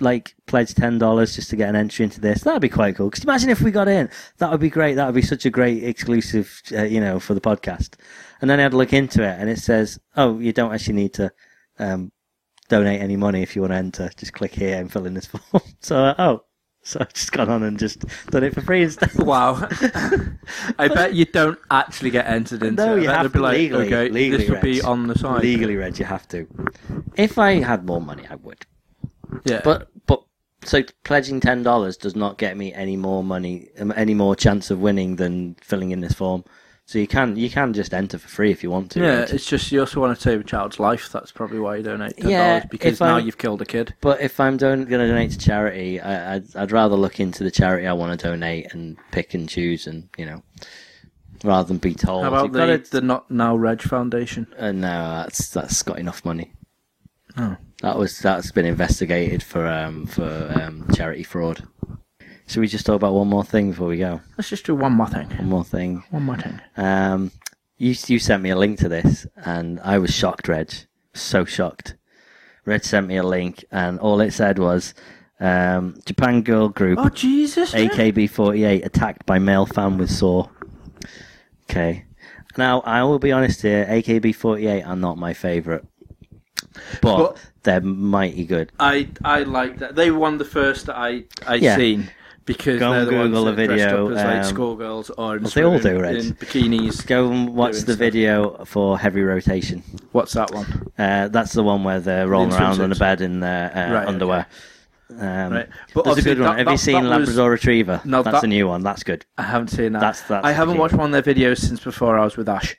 C: like pledge ten dollars just to get an entry into this? That'd be quite cool. Because imagine if we got in, that would be great. That would be such a great exclusive, uh, you know, for the podcast. And then I had a look into it, and it says, "Oh, you don't actually need to um, donate any money if you want to enter. Just click here and fill in this [LAUGHS] form." so, uh, oh, so I've just gone on and just done it for free instead. [LAUGHS]
A: Wow. I bet you don't actually get entered into
C: No,
A: it. I
C: you
A: bet
C: have
A: they'd be
C: to
A: like,
C: legally.
A: okay,
C: legally
A: this would be
C: Reg.
A: on the side.
C: Legally, Reg, you have to. If I had more money, I would.
A: Yeah.
C: But but so pledging ten dollars does not get me any more money, um, any more chance of winning than filling in this form. So you can you can just enter for free if you want to.
A: yeah,
C: Reg.
A: it's just you also want to save a child's life. That's probably why you donate ten dollars
C: Yeah,
A: because
C: if
A: now
C: I-
A: you've killed a kid.
C: But if I'm don- going to donate to charity, I, I'd, I'd rather look into the charity I want to donate and pick and choose, and you know, rather than be told.
A: How about
C: "You've
A: the,
C: gotta-
A: the Not Now Reg Foundation?
C: Uh, no, that's that's got enough money.
A: Oh.
C: That was that's been investigated for um for um charity fraud. Should we just talk about one more thing before we go?
A: Let's just do one more thing.
C: One more thing.
A: One more thing.
C: Um, you you sent me a link to this, and I was shocked, Reg. So shocked. Reg sent me a link, and all it said was, um, "Japan girl group
A: Oh Jesus! yeah.
C: AKB48 attacked by male fan with saw." Okay. Now I will be honest here. AKB48 are not my favourite, but,
A: But-
C: they're mighty good.
A: I I like that. They were one of the first that I I
C: Yeah.
A: seen because
C: Go
A: they're
C: and
A: the ones
C: Google
A: that
C: a
A: dressed
C: video,
A: up as like
C: um,
A: schoolgirls or in,
C: well, they all
A: swim-
C: do, Reg.
A: in bikinis.
C: Go and watch
A: Doing
C: the
A: stuff.
C: video for Heavy Rotation.
A: What's that one?
C: Uh, that's the one where they're rolling
A: In
C: around on a
A: swimsuits.
C: bed in their uh,
A: Right,
C: underwear. Um,
A: Right. But
C: there's a
A: obviously
C: good one.
A: that-
C: Have you
A: that-
C: seen
A: that was-
C: Labrador Retriever?
A: No,
C: that's
A: that-
C: a new one. That's good.
A: I haven't seen that.
C: That's- that's
A: I haven't
C: the key.
A: watched one of their videos since before I was with Ash.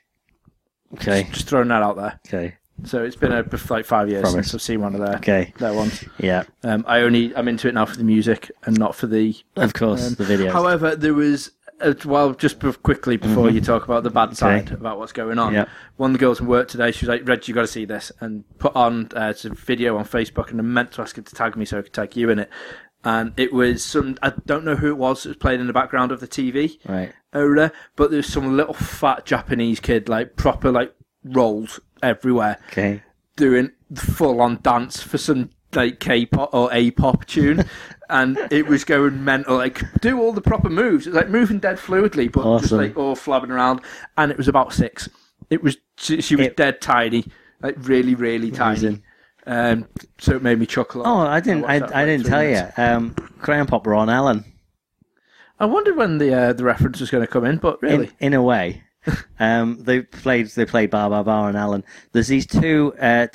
C: Okay.
A: Just throwing that out there.
C: Okay.
A: So it's been a, bef- like five years
C: Promise.
A: since I've seen one of their
C: Okay.
A: their ones.
C: Yeah.
A: Um, I only I'm into it now for the music and not for the
C: Of course,
A: Um,
C: the video.
A: However, there was uh, well, just bef- quickly before you talk about the bad side about what's going on.
C: Mm-hmm. Yep.
A: One of the girls from work today, she was like, "Reg, you got to see this," and put on uh, it's a video on Facebook, and I meant to ask her to tag me so I could tag you in it. And it was some I don't know who it was that was playing in the background of the TV
C: right.
A: area, but there's some little fat Japanese kid like proper like rolled everywhere
C: Okay.
A: doing full on dance for some like K-pop or A-pop
C: [LAUGHS]
A: tune, and it was going mental. Like do all the proper moves, It was like moving dead fluidly, but just
C: Awesome.
A: like all flabbing around. And it was about six. It was she, she was
C: It-
A: dead tiny, like really really tiny.
C: Amazing.
A: Um, so it made me chuckle.
C: Oh, I didn't. I,
A: watched that
C: I
A: for
C: didn't
A: three
C: tell
A: minutes.
C: you. Um, Crayon Pop Ron Allen.
A: I wondered when the uh, the reference was going to come in, but really,
C: in, in a way. um, they played they played Bar Bar Bar and Alan. There's these two uh,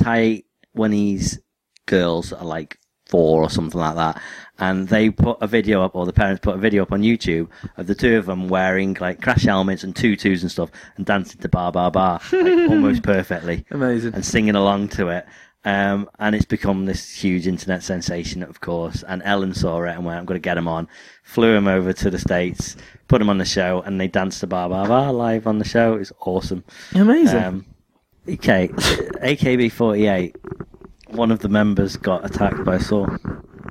C: Taiwanese girls that are like four or something like that, and they put a video up, or the parents put a video up on YouTube of the two of them wearing like crash helmets and tutus and stuff, and dancing to Bar Bar Bar like, almost perfectly
A: amazing.
C: and singing along to it. Um, and it's become this huge internet sensation, of course. And Ellen saw it and went, I'm going to get him on. Flew him over to the States, put him on the show, and they danced to Ba Ba Ba live on the show. It was awesome.
A: Amazing.
C: Um, okay, AKB48, one of the members got attacked by a saw.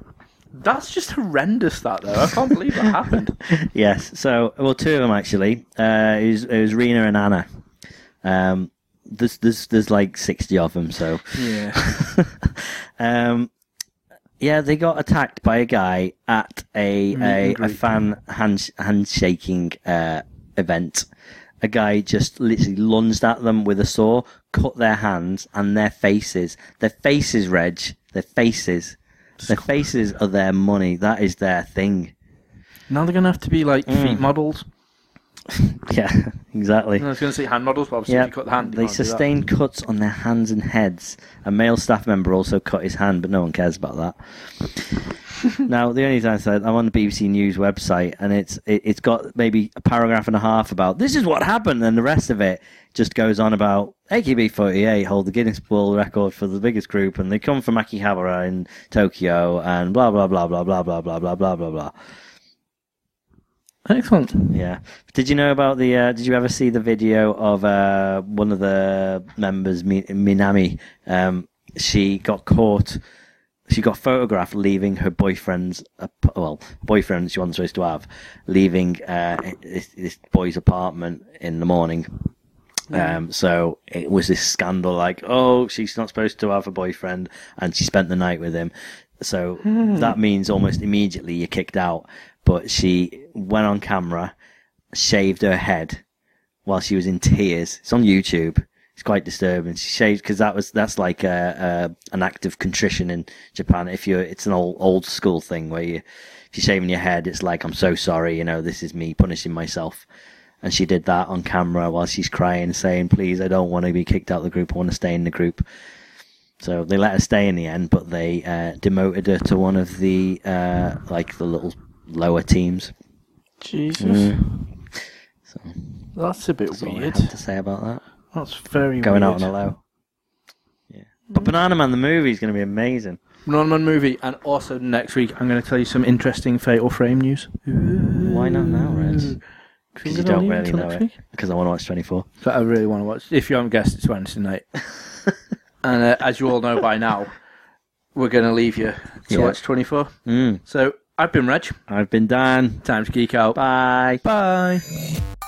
C: [LAUGHS]
A: That's just horrendous. That though, I can't believe that
C: [LAUGHS]
A: happened.
C: yes. So, well, two of them actually. Uh, it, was, it was Rena and Anna. Um, there's, there's, there's like 60 of them, so.
A: Yeah.
C: um, yeah, they got attacked by a guy at a a, a fan hand, handshaking uh, event. A guy just literally lunged at them with a saw, cut their hands and their faces. Their faces, Reg. Their faces. Their faces are their money. That is their thing. [LAUGHS] Mm.
A: Now they're going to have to be like feet models.
C: yeah, exactly.
A: I was going to say hand models, but obviously
C: Yeah,
A: if you cut the hand. you
C: they
A: can't do that.
C: sustained cuts on their hands and heads. A male staff member also cut his hand, but no one cares about that. now, the only time I said I'm on the BBC News website, and it's it, it's got maybe a paragraph and a half about this is what happened, and the rest of it just goes on about AKB48 hold the Guinness World Record for the biggest group, and they come from Akihabara in Tokyo, and blah blah blah blah blah blah blah blah blah blah blah.
A: Excellent.
C: Yeah. Did you know about the? Uh, did you ever see the video of uh, one of the members, Mi- Minami? Um, she got caught. She got photographed leaving her boyfriend's, ap- well, boyfriend she wasn't supposed to have, leaving uh, this, this boy's apartment in the morning. Um, so it was this scandal like, oh, she's not supposed to have a boyfriend, and she spent the night with him. So that means almost immediately you're kicked out. But she went on camera, shaved her head while she was in tears. It's on YouTube. It's quite disturbing. She shaved because that was that's like a, a an act of contrition in Japan. If you're, it's an old old school thing where you, if you're shaving your head, it's like I'm so sorry. You know, this is me punishing myself. And she did that on camera while she's crying, saying, "Please, I don't want to be kicked out of the group. I want to stay in the group." So they let her stay in the end, but they uh, demoted her to one of the uh, like the little lower teams.
A: Jesus.
C: So
A: That's a bit
C: Mm. that's all I
A: weird.
C: have to say about that.
A: That's very
C: Going out
A: weird.
C: on a low. Yeah. But Banana Man the movie is going to be amazing.
A: Norman movie, and also next week I'm going to tell you some interesting Fatal Frame news.
C: Why not now, Reg? Because you don't really know it. Because I want to watch 24.
A: But I really want to watch. If you haven't guessed, it's Wednesday
C: [LAUGHS]
A: night. and uh, as you all know by now, we're going to leave you to
C: Yeah.
A: watch 24.
C: Mm.
A: So I've been Reg.
C: I've been Dan.
A: Time to geek out.
C: Bye.
A: Bye.